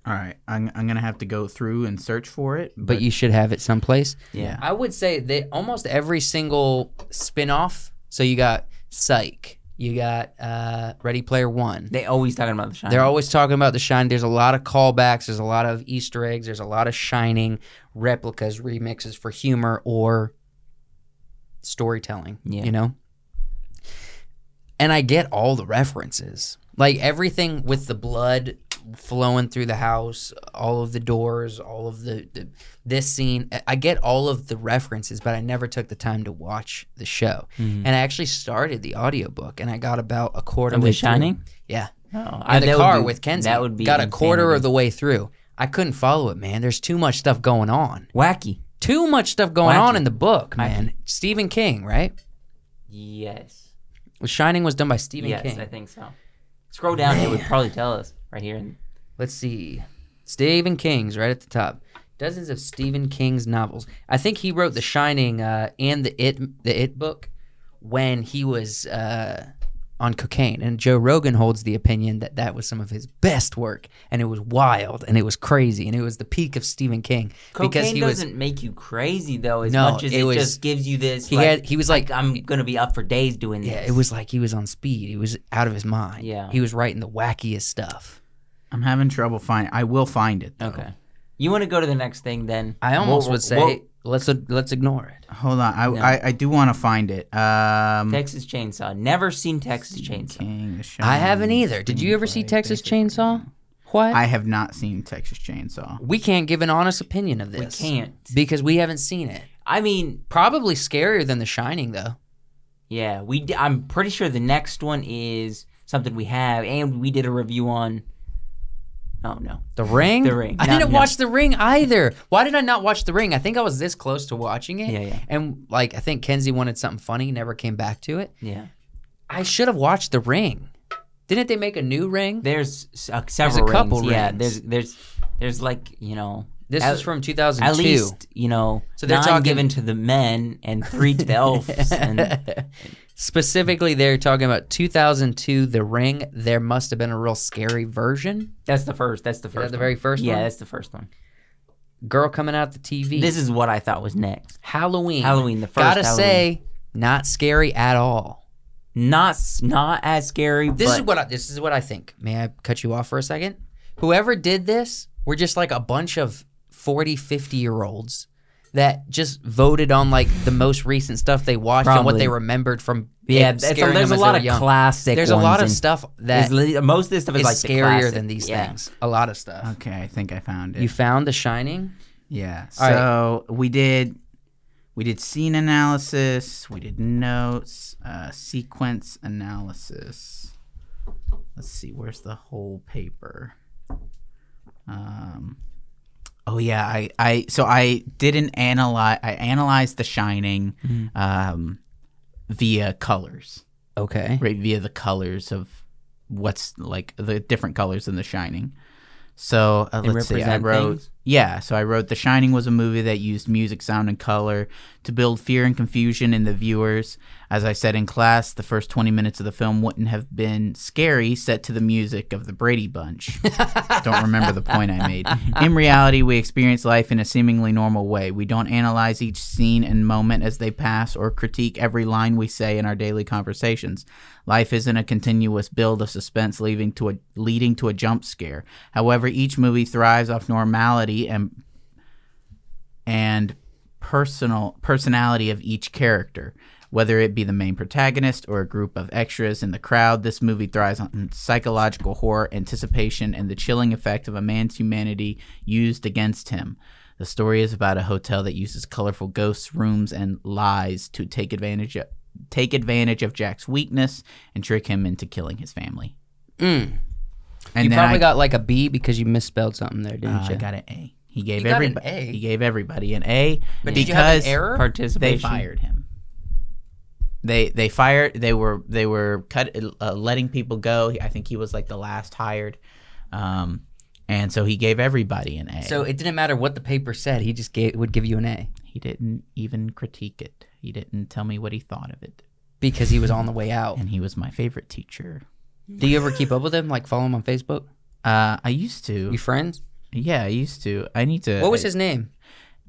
S2: All right, I'm, I'm gonna have to go through and search for it.
S1: but you should have it someplace.
S4: Yeah.
S1: I would say that almost every single spin-off. So you got Psych, you got uh, Ready Player One.
S4: They always talking about the Shining.
S1: They're always talking about the shine. There's a lot of callbacks. There's a lot of Easter eggs. There's a lot of shining replicas, remixes for humor or storytelling.
S4: Yeah.
S1: You know. And I get all the references, like everything with the blood flowing through the house, all of the doors, all of the, the this scene. I- I get all of the references, but I never took the time to watch the show.
S4: Mm-hmm.
S1: And I actually started the audiobook, and I got about a quarter
S4: Hmm. of
S1: way
S4: the
S1: through.
S4: Shining.
S1: Yeah
S4: Oh,
S1: in the car with Kenzie.
S4: That would be
S1: got a quarter
S4: insanity.
S1: of the way through. I couldn't follow it, man. There's too much stuff going on.
S4: wacky.
S1: Too much stuff going
S4: Wacky.
S1: on in the book, man. Stephen King, right?
S4: Yes.
S1: The Shining was done by Stephen
S4: yes,
S1: King.
S4: I think so. Scroll down; it would probably tell us right here. in-
S1: Let's see. Stephen King's right at the top. Dozens of Stephen King's novels. I think he wrote The Shining uh, and the It the It book when he was uh, on cocaine. And Joe Rogan holds the opinion that that was some of his best work, and it was wild, and it was crazy, and it was the peak of Stephen King
S4: Cocaine
S1: because he was
S4: doesn't make you crazy though, as
S1: No,
S4: much as
S1: it
S4: it,
S1: was-
S4: just gives you this.
S1: he
S4: like,
S1: had he was like
S4: I'm gonna be up for days doing this.
S1: yeah, it was like he was on speed. He was out of his mind.
S4: Yeah.
S1: he was writing the wackiest stuff.
S2: I'm having trouble finding. I will find it. though.
S4: okay. You want to go to the next thing then?
S1: I almost
S4: We'll-
S1: would say
S4: we'll-
S1: let's let's ignore it.
S2: Hold on. I I, I do want to find it.
S1: mm.
S2: Um.
S4: Texas Chainsaw. Never seen Texas Chainsaw.
S2: King, The Shining.
S1: I haven't either. Did you ever see Texas Chainsaw? What?
S2: I have not seen Texas Chainsaw.
S1: we can't give an honest opinion of
S4: We
S1: this.
S4: can't.
S1: because we haven't seen it.
S4: I mean,
S1: Probably scarier than The Shining, though.
S4: yeah, we. D- I'm pretty sure the next one is something we have, and we did a review on. Oh no.
S1: The Ring.
S4: The Ring.
S1: I
S4: No,
S1: didn't
S4: no.
S1: watch The Ring either. Why did I not watch The Ring? I think I was this close to watching it.
S4: Yeah, yeah.
S1: And like, I think Kenzie wanted something funny. Never came back to it.
S4: Yeah.
S1: I should have watched The Ring. Didn't they make a new ring?
S4: There's s- uh,
S1: a
S4: several rings.
S1: couple
S4: Yeah,
S1: rings.
S4: there's there's there's like you know uh,
S1: This
S4: At-
S1: is from 2002.
S4: At least you know
S1: So they're
S4: nine
S1: talking-
S4: given to the men and three to the elves. And
S1: Specifically, they're talking about 2002, The Ring. There must have been a real scary version.
S4: that's the first. That's the
S1: Is that
S4: first.
S1: the
S4: one.
S1: very first
S4: yeah,
S1: one?
S4: that's the first one.
S1: Girl coming out the TV.
S4: This is what I thought was next.
S1: Halloween.
S4: Halloween, the first
S1: Gotta
S4: Halloween.
S1: say, not scary at all.
S4: Not s- not as scary.
S1: This
S4: but
S1: is what I, this is what I think. May I cut you off for a second? Whoever did this were just like a bunch of 40, 50 year olds that just voted on like the most recent stuff they watched and what
S4: Probably.
S1: they remembered from
S4: yeah.
S1: it
S4: that's-
S1: scaring
S4: there's
S1: them
S4: a
S1: as they
S4: lot
S1: were
S4: of
S1: young.
S4: classic.
S1: There's a lot
S4: ones
S1: of
S4: and-
S1: stuff
S4: is
S1: that is,
S4: li- most of this stuff is, like the
S1: scarier
S4: classic-
S1: than these
S4: yeah.
S1: things. A lot of stuff.
S2: Okay, I think I found it.
S1: You found The Shining?
S2: yeah. So
S1: All right.
S2: we did we did scene analysis, we did notes, uh, sequence analysis. Let's see, where's the whole paper? Um Oh yeah, I, I so I didn't analyze I analyzed The Shining
S1: Mm.
S2: um, via colors.
S1: Okay.
S2: right via the colors of what's like the different colors in the shining so uh,
S4: They
S2: let's see i
S4: represent
S2: wrote
S4: things?
S2: yeah so i wrote the shining was a movie that used music sound and color to build fear and confusion in the viewers as i said in class the first 20 minutes of the film wouldn't have been scary set to the music of the brady bunch don't remember the point I made. In reality, we experience life in a seemingly normal way. We don't analyze each scene and moment as they pass or critique every line we say in our daily conversations. Life isn't a continuous build of suspense leading to a leading to a jump scare. However, each movie thrives off normality and and personal personality of each character. Whether it be the main protagonist or a group of extras in the crowd, this movie thrives on psychological horror, anticipation, and the chilling effect of a man's humanity used against him. The story is about a hotel that uses colorful ghosts, rooms, and lies to take advantage of, take advantage of Jack's weakness and trick him into killing his family.
S1: Mm.
S2: And
S1: you
S2: then
S1: probably
S2: I,
S1: got like a B because you misspelled something there, didn't
S2: uh, I
S1: you?
S2: got an A. He gave
S1: got an
S2: everybody
S1: A?
S2: he gave everybody an A
S1: But
S2: because
S1: did you have an error?
S4: participation.
S2: they fired him. They they fired. They were they were cut uh, letting people go. I think he was like the last hired, um, and so he gave everybody an A.
S4: Ah,
S1: So it didn't matter what the paper said. He just gave, would give you an A
S2: he didn't even critique it. He didn't tell me what he thought of it.
S1: because he was on the way out.
S2: And he was my favorite teacher.
S1: Do you ever keep up with him? Like follow him on Facebook?
S2: Uh, I used to.
S1: You friends?
S2: Yeah, I used to. I need to.
S1: What was his name?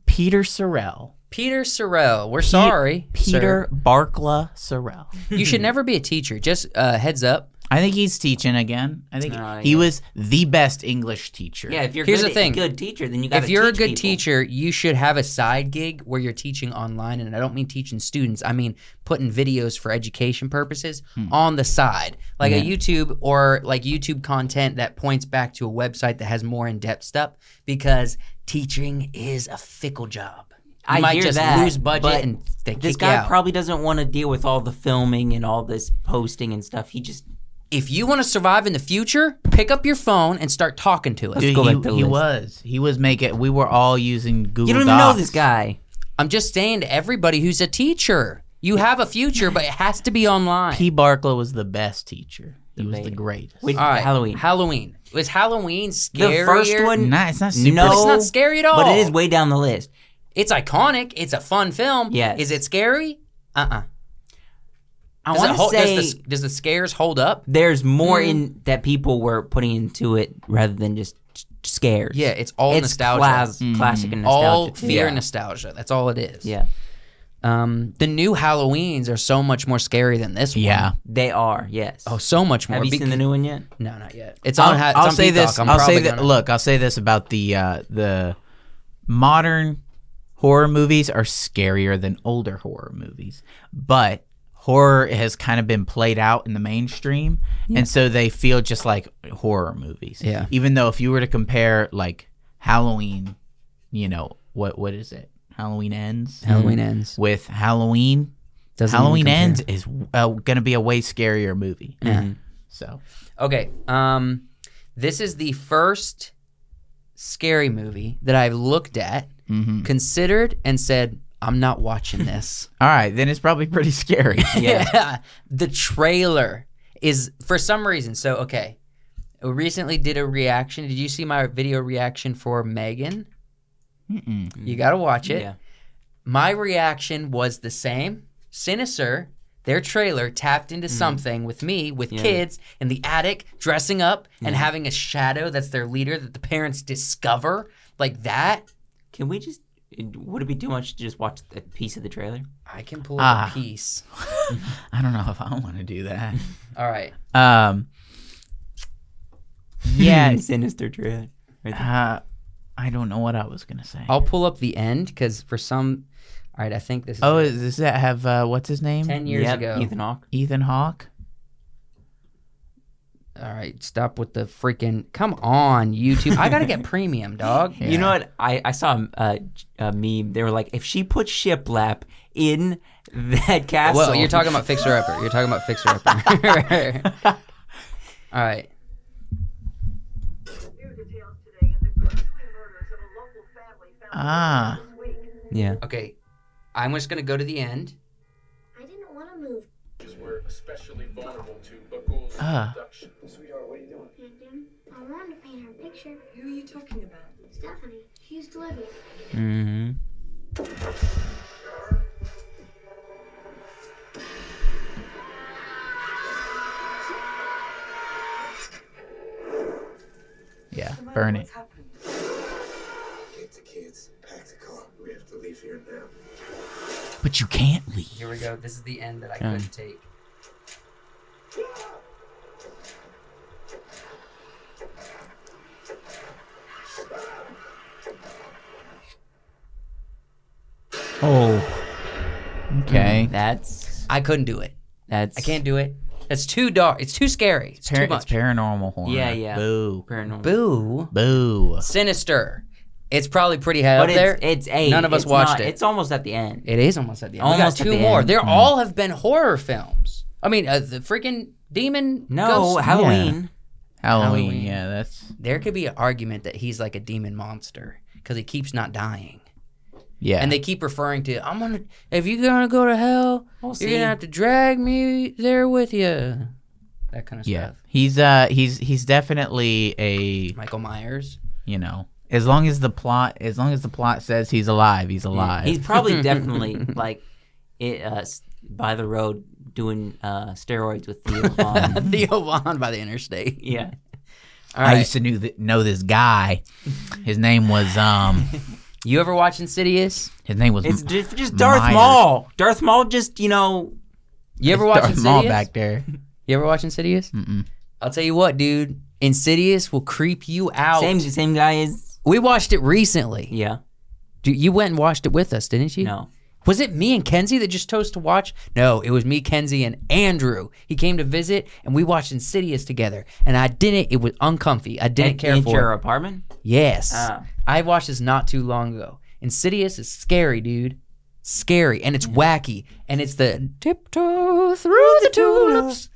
S2: Peter Sorrell?
S1: Peter Sorrell. We're sorry, sir.
S2: Peter Barkla Sorrell.
S1: You should never be a teacher. Just uh, heads up.
S2: I think he's teaching again. I think
S4: Ah,
S2: he
S4: yeah.
S2: was the best English teacher.
S4: Yeah, if you're
S1: Here's
S4: good,
S1: the thing.
S4: good teacher, then you got.
S1: if you're a good teacher, you should have a side gig where you're teaching online. And I don't mean teaching students, I mean putting videos for education purposes
S4: Hmm.
S1: on the side, like a YouTube or like YouTube content that points back to a website that has more in depth stuff because teaching is a fickle job. You
S4: I
S1: might
S4: hear
S1: just
S4: that,
S1: lose budget
S4: but
S1: and they
S4: this
S1: kick you
S4: guy
S1: out.
S4: probably doesn't want to deal with all the filming and all this posting and stuff. He just
S1: if you want to survive in the future, pick up your phone and start talking to us.
S2: Dude,
S4: go
S2: he,
S4: back to the
S2: he
S4: list.
S2: was. He was making. We were all using Google.
S4: you don't even know
S2: Docs.
S4: this guy.
S1: I'm just saying to everybody who's a teacher, you have a future, but it has to be online.
S2: P. Barkla was the best teacher. He was the
S4: Debated.
S2: greatest.
S4: With
S1: All right,
S4: Halloween,
S1: Halloween. Was Halloween
S4: the
S1: scary?
S4: first one,
S2: Nah, it's not super.
S4: No.
S1: It's not scary at all.
S4: but it is way down the list.
S1: It's iconic. It's a fun film.
S4: Yes.
S1: Is it scary? Uh uh
S4: I
S1: Does, it
S4: want to
S1: hold-
S4: say
S1: does, the, does the scares hold up?
S4: there's more
S1: Hmm.
S4: in that people were putting into it rather than just scares.
S1: Yeah, it's all
S4: it's
S1: nostalgia. Hmm.
S4: clas- classic and nostalgia.
S1: all
S4: too.
S1: fear
S4: yeah.
S1: and nostalgia. That's all it is.
S4: Yeah,
S1: Um, the new Halloweens are so much more scary than this one.
S2: Yeah.
S4: they are. Yes.
S1: Oh, so much more.
S4: Have you
S1: bec-
S4: seen the new one yet?
S1: No, not yet. It's on.
S2: I'll,
S1: ha- it's
S2: I'll
S1: on
S2: say
S1: Peacock.
S2: this.
S1: I'm
S2: I'll
S1: probably
S2: say that.
S1: gonna-
S2: Look, I'll say this about the uh, the modern horror movies are scarier than older horror movies, but horror has kind of been played out in the mainstream, and so they feel just like horror movies.
S1: Yeah.
S2: Even though if you were to compare like Halloween, you know what what is it? Halloween ends.
S4: mm.
S1: Halloween ends.
S2: with Halloween.
S1: Mm-hmm. Doesn't even
S2: Halloween
S1: compare.
S2: ends is uh, gonna be a way scarier movie.
S1: Yeah.
S2: So
S1: Okay. Um, this is the first scary movie that I've looked at,
S2: mm-hmm.
S1: considered, and said, I'm not watching this.
S2: all right, then it's probably pretty scary.
S4: Yeah.
S1: the trailer is, for some reason, so, okay. I recently did a reaction. Did you see my video reaction for Megan?
S2: Mm-mm.
S1: You got to watch it.
S4: Yeah.
S1: My reaction was the same. Sinister, their trailer tapped into something with me, with kids in the attic, dressing up and having a shadow that's their leader that the parents discover. Like that,
S4: Can we just? Would it be too much to just watch a piece of the trailer?
S1: I can pull up
S2: Ah.
S1: a piece.
S2: I don't know if I want to do that.
S1: All right.
S2: Um, yeah,
S4: sinister trailer.
S2: uh, I don't know what I was gonna say.
S1: I'll pull up the end because for some. All right, I think this is
S2: Oh, is- does that have uh, what's his name?
S1: 10 years
S4: Yep,
S1: ago.
S4: Ethan Hawke.
S2: Ethan Hawke.
S1: All right, stop with the freaking. Come on, YouTube. I got to get premium, dog.
S4: You know what? I, I saw a, a meme. They were like, if she put shiplap in that castle,
S1: Well, you're talking about Fixer Upper. You're talking about Fixer Upper. All right.
S5: New details today in the grisly murders of a local family found
S2: Ah,
S5: this week.
S4: Yeah.
S1: Okay. I'm just going to go to the end.
S6: I didn't want to move.
S7: Because we're especially vulnerable to a ghoul's
S2: Ah.
S7: abduction. Sweetheart, what are you doing?
S6: Painting. I wanted to paint her picture.
S5: Who are you talking about?
S6: Stephanie. She used to live here.
S4: Mm-hmm.
S2: yeah, burn it.
S5: happened?
S7: Get the kids, pack the car. We have to leave here now.
S2: But you can't leave.
S1: Here we go. This is the end that I couldn't take.
S4: Oh,
S1: Mm-hmm.
S2: Okay.
S4: that's
S1: I couldn't do it.
S4: that's.
S1: I can't do it. It's too dark. It's too scary. It's
S2: Par-
S1: too much.
S2: It's paranormal horror.
S4: Yeah, yeah.
S2: Boo.
S4: paranormal.
S1: Boo.
S2: Boo.
S1: Sinister. It's probably pretty high
S4: but
S1: up there.
S4: it's, it's a.
S1: None of us
S4: it's
S1: watched
S4: not-
S1: it.
S4: It's almost at the end.
S1: It is almost at the end.
S4: Almost
S1: we got
S4: at
S1: two
S4: the
S1: more.
S4: end. Hmm.
S1: There all have been horror films. I mean, uh, the freaking demon.
S4: No,
S1: ghost-
S4: Halloween.
S2: Halloween.
S1: Halloween.
S2: Yeah, that's
S1: There could be an argument that he's like a demon monster because he keeps not dying,
S2: yeah.
S1: and they keep referring to, "I'm gonna. If you're gonna go to hell, you're gonna have to drag me there with you." That kind of
S2: yeah.
S1: stuff.
S2: He's uh he's he's definitely a
S1: Michael Myers.
S2: you know as long as the plot as long as the plot says he's alive he's alive.
S4: He's probably definitely like it, uh, s- by the road doing uh, steroids with Theo Vaughn.
S1: Theo Vaughn by the interstate.
S4: yeah.
S1: All
S2: I
S1: right.
S2: used to knew th- know this guy. His name was um
S1: you ever watch Insidious?
S2: his name was
S4: It's just, just Darth
S2: Myers.
S4: Maul. Darth Maul just, you know,
S1: You ever
S2: It's
S1: watch
S2: Darth
S1: Insidious?
S2: Maul back there.
S1: You ever watch Insidious?
S2: Mm-mm.
S1: I'll tell you what, dude. Insidious will creep you out.
S4: same same guy is.
S1: We watched it recently.
S4: Yeah.
S1: Dude, you went and watched it with us, didn't you?
S4: No.
S1: Was it me and Kenzie that just chose to watch? No, it was me, Kenzie, and Andrew. He came to visit, and we watched Insidious together. And I didn't. It was uncomfy. I didn't
S4: At-
S1: care
S4: at
S1: for
S4: your
S1: it.
S4: apartment.
S1: Yes,
S4: Ah.
S1: I watched this not too long ago. Insidious is scary, dude. Scary, and it's wacky, and it's the tiptoe through the tulips.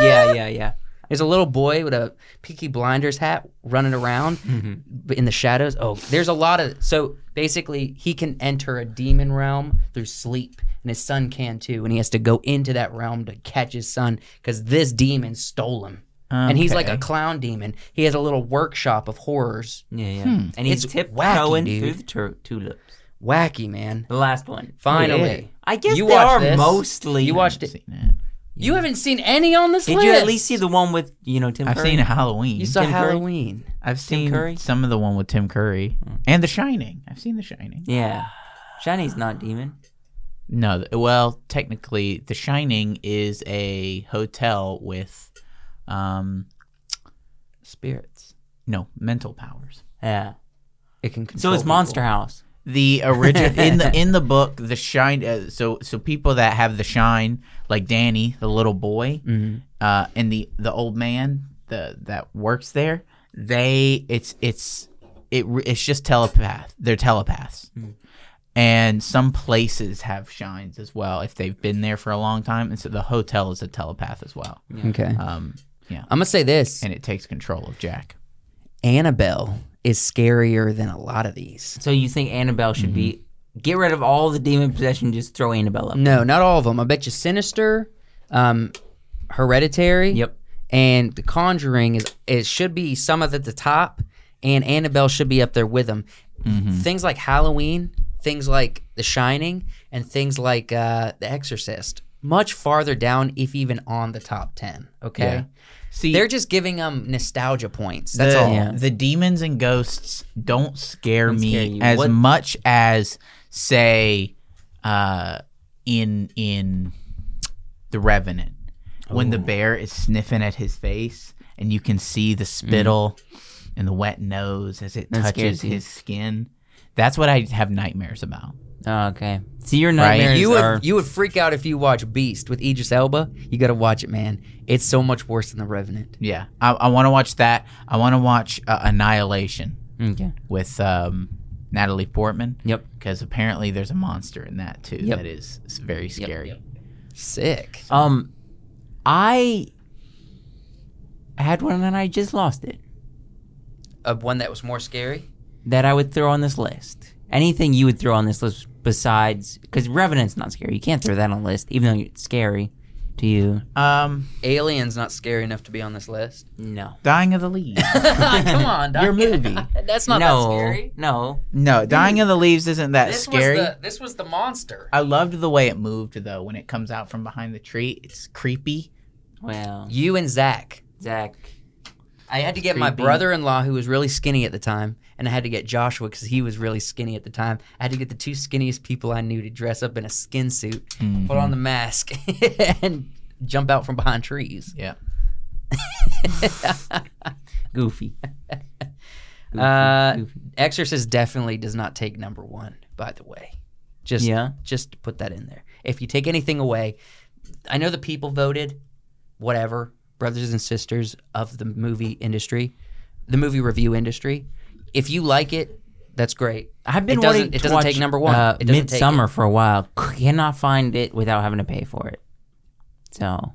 S4: Yeah, yeah, yeah.
S1: There's a little boy with a Peaky Blinders hat running around but in the shadows. Oh, there's a lot of. So basically, he can enter a demon realm through sleep, and his son can too. And he has to go into that realm to catch his son because this demon stole him. And he's like a
S2: Okay.
S1: clown demon. He has a little workshop of horrors.
S4: Yeah, yeah. And he's
S1: Hmm. It's
S4: tiptoeing
S1: wacky,
S4: through
S1: dude.
S4: the tur- tulips.
S1: Wacky, man.
S4: The last one.
S1: Finally.
S4: I guess
S1: You
S4: they
S1: watched
S4: are
S1: this.
S4: mostly.
S1: You watched it.
S2: Seen it.
S1: You haven't seen any on this
S4: Did
S1: list.
S4: you at least see the one with you know Tim
S2: I've
S4: Curry?
S2: seen Halloween.
S1: You saw
S4: Tim Curry?
S1: Halloween.
S2: I've seen
S4: Curry?
S2: some of the one with Tim Curry
S1: Hmm.
S2: and The Shining. I've seen The Shining.
S4: Yeah. Shiny's not demon.
S2: No, th- well, technically, The Shining is a hotel with, um,
S1: Spirits.
S2: no mental powers.
S4: Yeah.
S1: It can.
S4: So
S1: control
S4: it's
S1: people.
S4: Monster House.
S2: The original in the in the book, The Shine. Uh, so so people that have the shine, like Danny, the little boy, uh, and the the old man, the that works there. They it's it's it re- it's just telepath. They're telepaths. and some places have shines as well if they've been there for a long time and so the hotel is a telepath as well
S1: Okay.
S2: um, yeah
S1: I'm gonna say this.
S2: and it takes control of jack
S1: Annabelle is scarier than a lot of these.
S4: So you think Annabelle should be
S1: Mm-hmm.
S4: get rid of all the demon possession, just throw Annabelle up.
S1: No, not all of them. I bet you Sinister, um, Hereditary.
S4: Yep.
S1: And The Conjuring is it should be some of at the top, and Annabelle should be up there with them.
S2: Mm-hmm.
S1: Things like Halloween, things like The Shining, and things like uh, The Exorcist, much farther down, if even on the top ten. Okay,
S2: Yeah. See,
S1: they're just giving them nostalgia points. That's
S2: the,
S1: all.
S4: Yeah.
S2: The demons and ghosts don't scare
S4: Don't
S2: me
S4: scare you.
S2: as
S4: What-
S2: much as say uh in in The Revenant when
S4: Oh.
S2: the bear is sniffing at his face and you can see the spittle and the wet nose as it
S4: Mm. That
S2: touches
S4: scares you.
S2: his skin. That's what I have nightmares about.
S4: Oh, okay. See, your nightmares
S1: You would
S4: are.
S1: you would freak out if you watch Beast with Idris Elba. You got to watch it, man. It's so much worse than The Revenant.
S2: Yeah. I, I want to watch that. I want to watch uh, Annihilation
S4: okay.
S1: Mm-hmm.
S2: with um, Natalie Portman.
S4: Yep.
S2: Because apparently there's a monster in that too
S4: Yep.
S2: that is s- very scary.
S1: Sick.
S4: Um, I had one and I just lost it
S1: Uh, one that was more scary.
S4: that I would throw on this list. Anything you would throw on this list besides. Because Revenant's not scary. You can't throw that on a list, even though it's scary to you.
S2: Um,
S1: Alien's not scary enough to be on this list.
S4: No.
S2: Dying of the Leaves.
S1: Come on, Doc.
S2: Your movie.
S1: That's not
S4: no.
S1: that scary.
S4: No.
S2: no, Dying of the Leaves isn't that
S1: This
S2: scary.
S1: was the this was the monster.
S2: I loved the way it moved though when it comes out from behind the tree. It's creepy.
S4: Well,
S1: You and Zach.
S4: Zach.
S1: I had to get my
S4: Creepy.
S1: brother-in-law who was really skinny at the time, and I had to get Joshua because he was really skinny at the time. I had to get the two skinniest people I knew to dress up in a skin suit, put on the mask, and jump out from behind trees.
S2: Yeah.
S4: Goofy. Goofy,
S1: Uh,
S4: goofy.
S1: Exorcist definitely does not take number one, by the way. Just
S4: Yeah.
S1: just to put that in there. If you take anything away, I know the people voted, whatever, brothers and sisters of the movie industry, the movie review industry. If you like it, that's great.
S4: I've been
S1: It doesn't-
S4: wanting
S1: it
S4: to
S1: doesn't take
S4: watch,
S1: number one.
S4: Uh,
S1: It doesn't take
S4: Midsummer for a while. Cannot find it without having to pay for it. So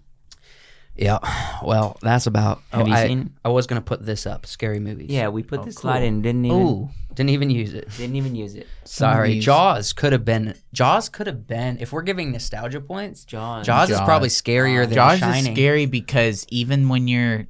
S1: Yeah. Well, that's about.
S4: Have you
S1: Oh, I,
S4: seen-
S1: I was gonna put this up. Scary movies.
S4: yeah, we put this
S2: cool.
S4: slide in. Didn't even
S1: Oh, Ooh, didn't even use it.
S4: didn't even use it.
S1: Sorry.
S2: these-
S1: Jaws could have been. Jaws could have been. If we're giving nostalgia points,
S4: Jaws.
S1: Jaws, is
S2: Jaws.
S1: probably scarier than
S2: Jaws
S1: Shining.
S2: is scary because even when you're,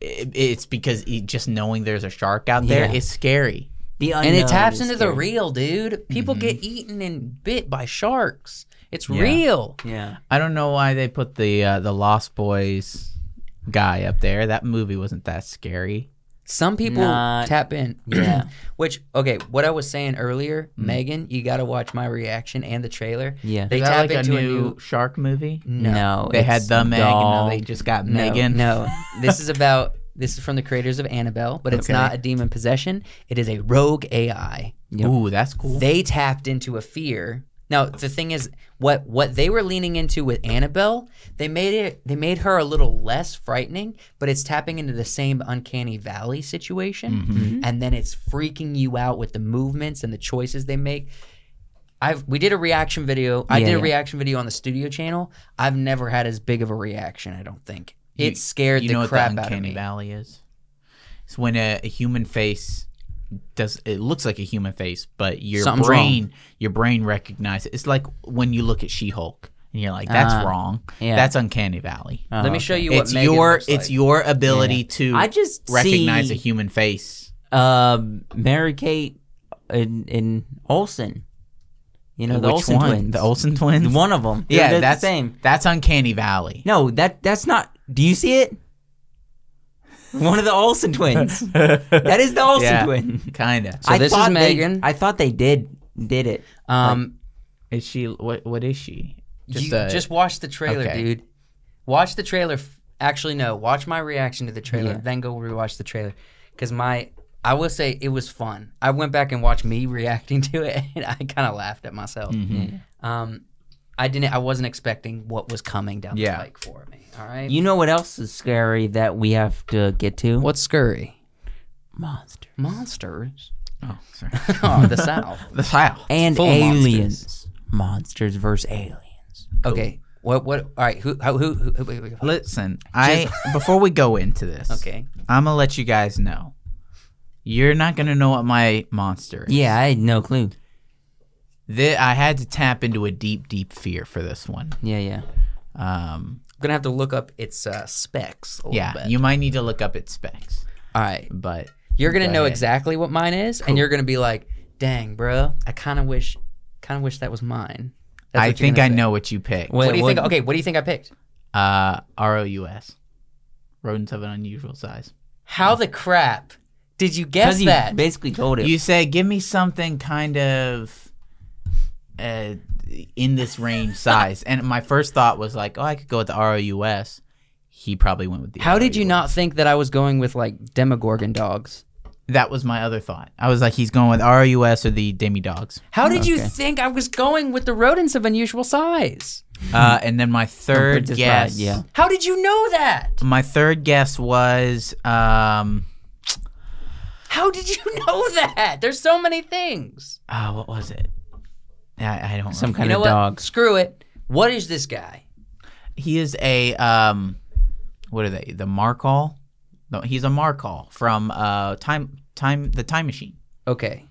S2: it, it's because it, just knowing there's a shark out there
S4: Yeah.
S2: is scary.
S4: The
S1: and
S4: unknown
S1: it taps
S4: is
S1: into the
S4: scary.
S1: real, dude. People get eaten and bit by sharks. It's
S2: Mm-hmm. Yeah.
S1: real.
S4: Yeah.
S2: I don't know why they put the uh, the Lost Boys guy up there. That movie wasn't that scary.
S1: Some people
S4: Not-
S1: tap in.
S4: Yeah.
S1: Which okay, what I was saying earlier,
S2: Mm.
S1: Megan, you got to watch my reaction and the trailer.
S4: Yeah.
S1: They
S2: Is that
S1: tap
S2: like a
S1: into
S2: new, shark movie?
S4: No.
S2: They had
S4: Mm, it's
S2: the Meg,
S4: doll.
S2: and now they just got
S1: No,
S2: Megan.
S1: No, this is about this is from the creators of Annabelle, but it's
S2: Okay.
S1: not a demon possession. It is a rogue AI.
S4: Yep.
S2: Ooh, that's cool.
S1: They tapped into a fear. Now the thing is, what what they were leaning into with Annabelle, they made it they made her a little less frightening, but it's tapping into the same uncanny valley situation,
S2: Mm-hmm.
S1: and then it's freaking you out with the movements and the choices they make. I've we did a reaction video. I
S4: Yeah,
S1: did a
S4: yeah.
S1: reaction video on the studio channel. I've never had as big of a reaction. I don't think it scared
S2: you
S1: the
S2: know what
S1: crap
S2: the
S1: out of
S2: uncanny
S1: me.
S2: valley is? It's when a, a human face does it looks like a human face, but your
S1: Something's
S2: brain your brain recognizes. It's like when you look at She Hulk and you're like, "That's
S4: Ah,
S2: wrong.
S4: yeah.
S2: That's uncanny valley."
S4: Oh,
S1: Let me show
S4: okay.
S1: you what
S2: it's
S1: Megan
S2: your
S1: looks
S2: it's
S1: like.
S2: your ability to
S4: I just
S2: recognize
S4: see,
S2: a human face.
S4: Um, Mary Kate and and Olsen. You know the
S2: Which
S4: Olsen
S2: one?
S4: twins.
S2: The Olsen twins.
S4: One of them.
S2: yeah,
S4: they're, they're
S2: that's
S4: the same.
S2: That's uncanny valley.
S4: No, that that's not. Do you see it? One of the Olsen twins. that is the Olsen
S2: Yeah.
S4: twin.
S2: Kinda.
S1: So this is
S4: thought they-
S1: Megan.
S4: I thought they did did it.
S1: Um,
S2: Is she what? What is she?
S1: Just,
S2: Just a-
S1: just watch the trailer,
S2: okay.
S1: dude. Watch the trailer. f- Actually, no. Watch my reaction to the trailer,
S4: Yeah.
S1: then go rewatch the trailer. Because my, I will say it was fun. I went back and watched me reacting to it, and I kind of laughed at myself. Um, I didn't. I wasn't expecting what was coming down
S2: Yeah.
S1: the pike for me. All right.
S4: You know what else is scary that we have to get to?
S1: What's scurry?
S4: monster?
S1: Monsters.
S2: Oh, sorry.
S1: Oh, the South.
S2: the file.
S4: And
S1: Full of
S4: aliens. Monsters. versus aliens.
S1: Okay. What? What? All right. Who? Who? Who? who, wait, wait, wait.
S2: Listen, I before we go into this,
S1: Okay.
S2: I'm gonna let you guys know. You're not gonna know what my monster is.
S4: Yeah, I had no clue.
S2: Thi- I had to tap into a deep, deep fear for this one.
S4: Yeah, yeah.
S2: Um,
S1: I'm gonna have to look up its uh, specs a little
S2: yeah,
S1: bit.
S2: you might need to look up its specs,
S1: All right.
S2: but
S1: You're gonna
S2: Go
S1: know
S2: ahead.
S1: exactly what mine is, and you're gonna be like, "Dang, bro, I kind of wish, kind of wish that was mine." That's
S2: I
S1: what you're
S2: think
S1: gonna
S2: I
S1: say.
S2: know what you picked.
S1: What
S4: Wait,
S1: do you
S4: what-
S1: think? Okay, what do you think I picked?
S2: Uh, R O U S. Rodents of an unusual size.
S1: How the crap did you guess
S4: Because you
S1: that?
S4: basically told him.
S2: You said, give me something kind of uh, in this range size. And my first thought was like, oh, I could go with the R O U S. He probably went with the.
S1: How did you
S2: ROUS.
S1: not think that I was going with like Demogorgon dogs?
S2: That was my other thought. I was like, he's going with R O U S or the Demi Dogs.
S1: How did you think I was going with the rodents of unusual size?
S2: Uh, and then my third
S4: just
S2: guess.
S4: right, yeah.
S1: How did you know that?
S2: My third guess was um
S1: How did you know that? There's so many things.
S2: oh, what was it? I, I don't
S4: some
S2: remember.
S4: kind
S1: you know
S4: of
S1: what?
S4: dog.
S1: Screw it. What is this guy?
S2: He is a um what are they? The Markall? No, he's a Markall from uh time time the time machine.
S1: Okay.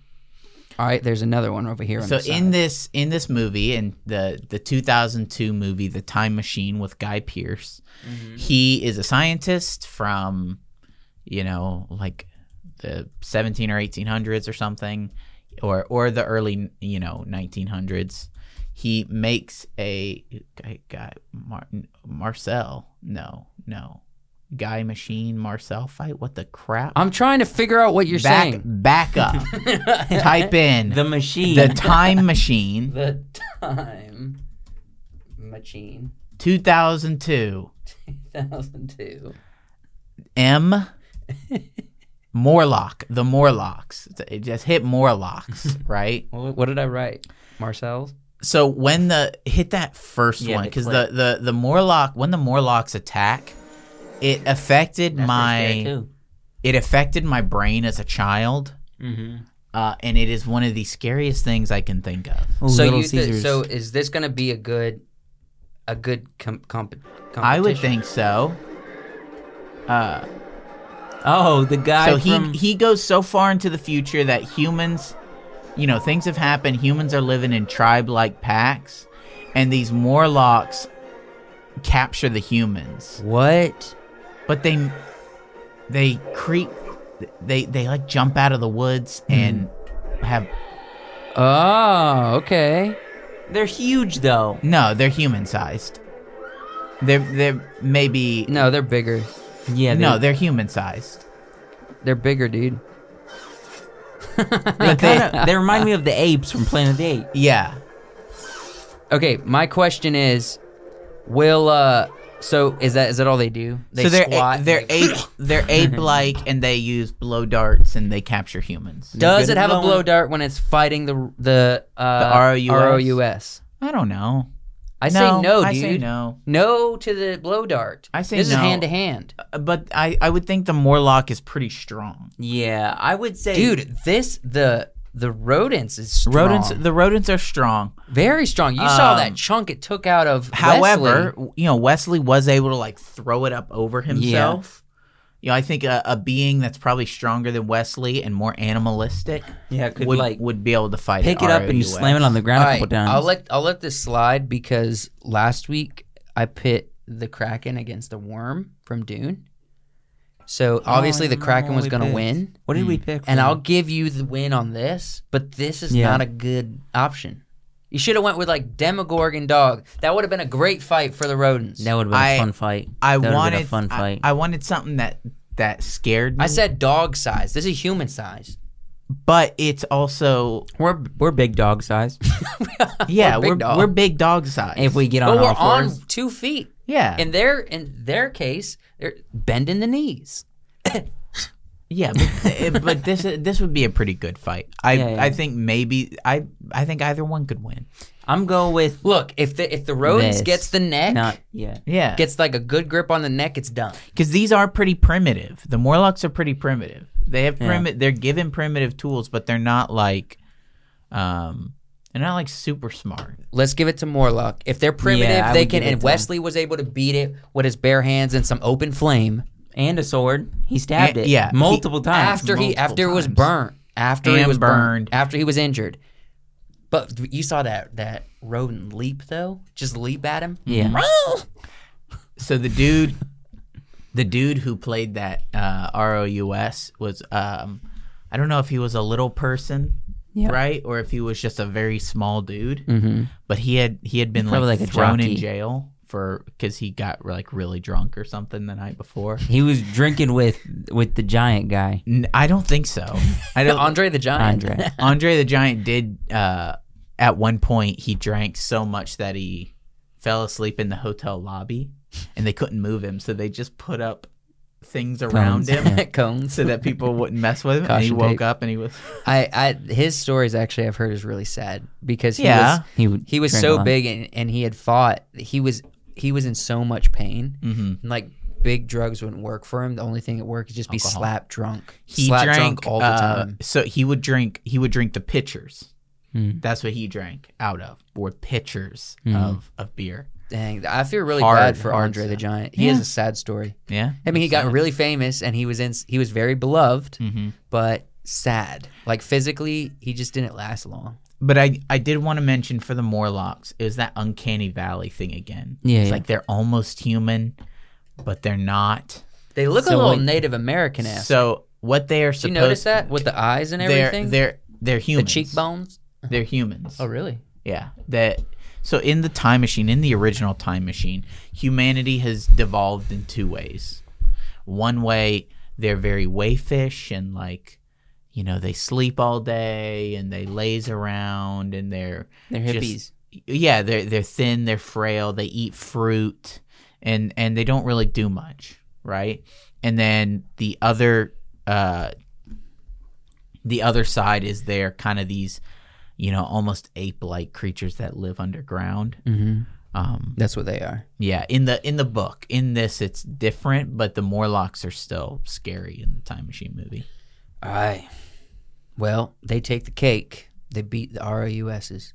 S1: All right. There's another one over here. On
S2: So
S1: the
S2: in
S1: side.
S2: this in this movie in the the 2002 movie The Time Machine with Guy Pearce,
S1: Mm-hmm.
S2: he is a scientist from you know like the 17 or 1800s or something or or the early you know 1900s. He makes a guy, guy Martin Marcel. No, no. Guy Machine Marcel fight. What the crap?
S1: I'm trying to figure out what you're
S2: back
S1: saying.
S2: back up. Type in
S4: The machine.
S2: the time machine.
S1: The time machine
S2: 2002
S1: 2002.
S2: M Morlock, the Morlocks. It just hit Morlocks, right?
S1: Well, what did I write? Marcel's.
S2: So when the hit that first
S4: Yeah,
S2: one
S4: they
S2: cuz the
S4: click.
S2: the the Morlock when the Morlocks attack, it affected my it affected my brain as a child.
S4: Mm-hmm.
S2: Uh, and it is one of the scariest things I can think of.
S1: so you thi- so is this going to be a good a good com- comp- competition?
S2: I would think so. Uh,
S4: oh, the guy.
S2: so he
S4: from-
S2: he goes so far into the future that humans you know things have happened humans are living in tribe like packs and these morlocks capture the humans
S1: What?
S2: but they they creep they they like jump out of the woods
S4: Hmm.
S2: and have
S1: Oh, okay.
S4: they're huge though.
S2: no they're human sized they're they're maybe
S1: No, they're bigger.
S4: Yeah. They,
S2: no they're human sized
S1: They're bigger, dude.
S4: they, kinda, they remind me of the apes from Planet of the Apes.
S2: yeah
S1: Okay, my question is, will uh, so is that is that all they do? They
S2: so they're
S1: squat.
S2: a,
S1: and
S2: they're
S1: they-
S2: ape they're ape like and they use blow darts and they capture humans
S1: Does
S4: good
S1: it have a
S4: blowing-
S1: blow dart when it's fighting the the uh
S2: The ROUS?
S1: ROUS?
S2: I don't know.
S1: I say no, dude.
S2: I say no.
S1: No to the blow dart.
S2: I say
S1: this
S2: no.
S1: is hand to hand,
S2: Uh, But I, I would think the Morlock is pretty strong.
S4: Yeah, I would say,
S1: dude. This the the rodents is strong.
S2: Rodents, the rodents are strong.
S1: very strong. You saw that
S2: Um,
S1: chunk it took out of.
S2: However,
S1: Wesley.
S2: w- you know Wesley was able to like throw it up over himself. You know, I think a, a being that's probably stronger than Wesley and more animalistic
S4: Yeah, could
S2: would
S4: like
S2: would be able to fight.
S4: pick
S2: an
S4: it up and you
S2: ROUS.
S4: slam it on the ground
S1: All
S4: a couple
S1: right,
S4: times.
S1: I'll let I'll let this slide because last week I pit the Kraken against the worm from Dune. So obviously
S4: I
S1: the
S4: remember
S1: Kraken
S4: what
S1: was
S4: we
S1: going to
S4: picked.
S1: win,
S4: what did we pick?
S1: and
S4: for-
S1: I'll give you the win on this. But this is
S4: Yeah.
S1: not a good option. You should have went with like Demogorgon dog. That would have been a great fight for the rodents.
S4: that would have been a
S2: I-
S4: fun fight.
S2: I
S4: That would've been
S2: wanted
S4: a fun fight.
S2: I, I wanted something that that scared me.
S1: I said dog size. This is human size.
S2: but it's also
S4: we're we're big dog size.
S2: yeah
S1: We're
S2: we're
S1: big
S2: we're big
S1: dog.
S2: dog, size.
S4: if we get on
S1: But we're
S4: all
S1: on
S4: fours,
S1: two feet.
S2: yeah
S1: In their in their case, they're bending the knees.
S2: Yeah, but, eh, but this this would be a pretty good fight. I
S4: Yeah, yeah.
S2: I think maybe I I think either one could win.
S4: I'm going with
S1: Look, if the if the rodents
S4: This.
S1: gets the neck,
S4: not. Yeah,
S2: Yeah,
S1: gets like a good grip on the neck, it's done.
S2: because these are pretty primitive. The Morlocks are pretty primitive. They have
S4: Yeah.
S2: primi- They're given primitive tools, but they're not like, um, they're not like super smart.
S1: Let's give it to Morlock. If they're primitive,
S4: Yeah, I
S1: they
S4: would
S1: can.
S4: give it
S1: And
S4: to him.
S1: Wesley was able to beat it with his bare hands and some open flame
S4: and a sword. He stabbed
S2: Yeah,
S4: it.
S2: yeah.
S4: Ah, multiple times.
S1: after he
S2: multiple
S1: after it was
S2: times.
S1: burnt after he
S2: And
S1: was burned.
S2: burned.
S1: after he was injured. But you saw that that rodent leap though, just leap at him.
S4: yeah,
S2: So the dude the dude who played that uh, ROUS was um, I don't know if he was a little person,
S4: Yeah.
S2: right, or if he was just a very small dude.
S8: Mm-hmm.
S2: But he had he had been like,
S4: Probably like a
S2: thrown in
S4: jockey.
S2: jail for because he got like really drunk or something the night before.
S4: He was drinking with with the giant guy,
S2: N- I don't think so. I don't.
S1: Andre the Giant.
S4: Andre.
S2: Andre the Giant did uh, at one point he drank so much that he fell asleep in the hotel lobby and they couldn't move him, so they just put up things around
S4: Cones,
S2: him
S4: yeah.
S1: Cones.
S2: so that people wouldn't mess with him. and he
S1: Caution
S2: woke
S1: tape.
S2: up and he was
S1: I, I his stories actually I've heard is really sad because he
S2: Yeah.
S1: was
S4: He would
S1: he was
S4: drink a
S1: so
S4: lot.
S1: big and, and he had fought he was he was in so much pain
S2: Mhm.
S1: and like big drugs wouldn't work for him the only thing that worked is just be
S2: Alcohol.
S1: slap drunk
S2: he
S1: slap
S2: drank
S1: drunk all the
S2: uh,
S1: time
S2: So he would drink he would drink the pitchers.
S1: Hmm.
S2: That's what he drank out of were pitchers of of beer.
S1: dang I feel really
S2: Hard,
S1: bad for
S2: hard
S1: Andre the
S2: stuff.
S1: Giant he has a sad story
S2: Yeah.
S1: I mean he got really famous and he was in he was very beloved
S2: Mhm.
S1: but sad like physically he just didn't last long
S2: But I, I did want to mention for the Morlocks is that uncanny valley thing again.
S4: Yeah,
S2: it's
S4: yeah.
S2: like they're almost human, but they're not.
S1: they look
S2: So
S1: a little
S2: what-
S1: Native American ass
S2: So what they are
S1: did you
S2: supposed
S1: notice that with the eyes and
S2: they're
S1: everything
S2: they're they're
S1: the
S2: humans.
S1: cheekbones
S2: They're humans.
S1: oh really
S2: Yeah. That so in the time machine, in the original time machine, humanity has devolved in two ways. One way they're very wayfish and like you know, they sleep all day and they laze around and they're
S4: They're hippies.
S2: just- yeah, they're they're thin, they're frail, they eat fruit and and they don't really do much, right? And then the other uh the other side is they're kind of these you know, almost ape-like creatures that live underground.
S1: mm-hmm.
S2: Um,
S1: that's what they are
S2: yeah, in the in the book, in this, it's different, but the Morlocks are still scary in the Time Machine movie.
S1: Aye. Well, they take the cake. They beat the ROUSs.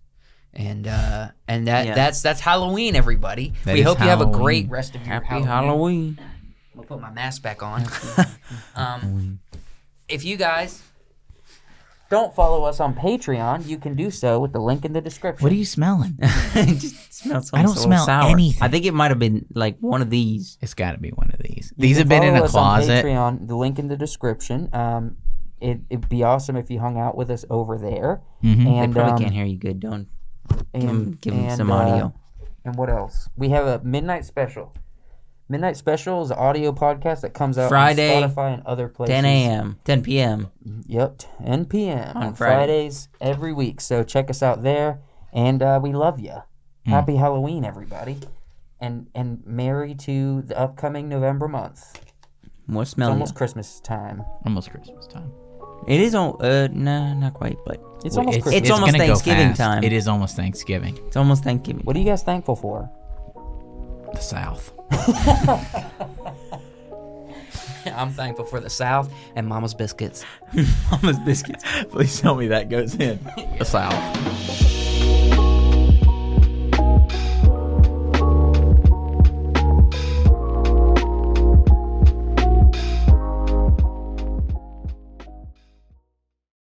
S1: And uh and that
S4: Yeah.
S1: that's that's Halloween, everybody.
S2: That
S1: we
S2: is
S1: hope you have a
S2: Halloween.
S1: great rest of your
S4: Happy
S1: Halloween.
S4: Halloween.
S1: I'm gonna put my mask back on. um if you guys
S8: Don't follow us on Patreon. You can do so with the link in the description.
S2: What are you smelling?
S4: it just smells.
S2: I don't
S4: so
S2: smell
S4: sour.
S2: anything.
S4: I think it might have been like one of these.
S2: it's got to be one of these. These
S8: You
S2: have
S8: can
S2: been in
S8: follow
S2: a
S8: us on
S2: closet.
S8: Patreon, the link in the description. Um, it, it'd be awesome if you hung out with us over there.
S2: Mhm.
S4: They
S8: And
S4: probably
S8: um,
S4: can't hear you good. Don't
S8: and,
S4: give them, give 'em
S8: and,
S4: some
S8: uh,
S4: audio.
S8: and what else? We have a midnight special. Midnight special is an audio podcast that comes out
S4: Friday,
S8: on Spotify and other places.
S4: 10 a.m. 10 p.m.
S8: Yep, 10 p.m.
S4: On
S8: on,
S4: Friday.
S8: Fridays every week. So check us out there, and uh, we love you. Happy Halloween, everybody, and and merry to the upcoming November month.
S4: What
S8: It's
S4: smell?
S8: almost
S4: Almost,
S8: Christmas time.
S2: Almost Christmas time.
S4: it is on. Uh, no, not quite. But
S8: It's
S4: Wait,
S8: almost
S4: it's-
S8: Christmas.
S4: it's almost
S2: gonna go
S4: Thanksgiving
S2: fast.
S4: time.
S2: It is almost Thanksgiving.
S4: it's almost Thanksgiving.
S8: what are you guys thankful for?
S2: The South.
S1: I'm thankful for the South and Mama's biscuits.
S2: Mama's biscuits. Please tell me that goes in. The South.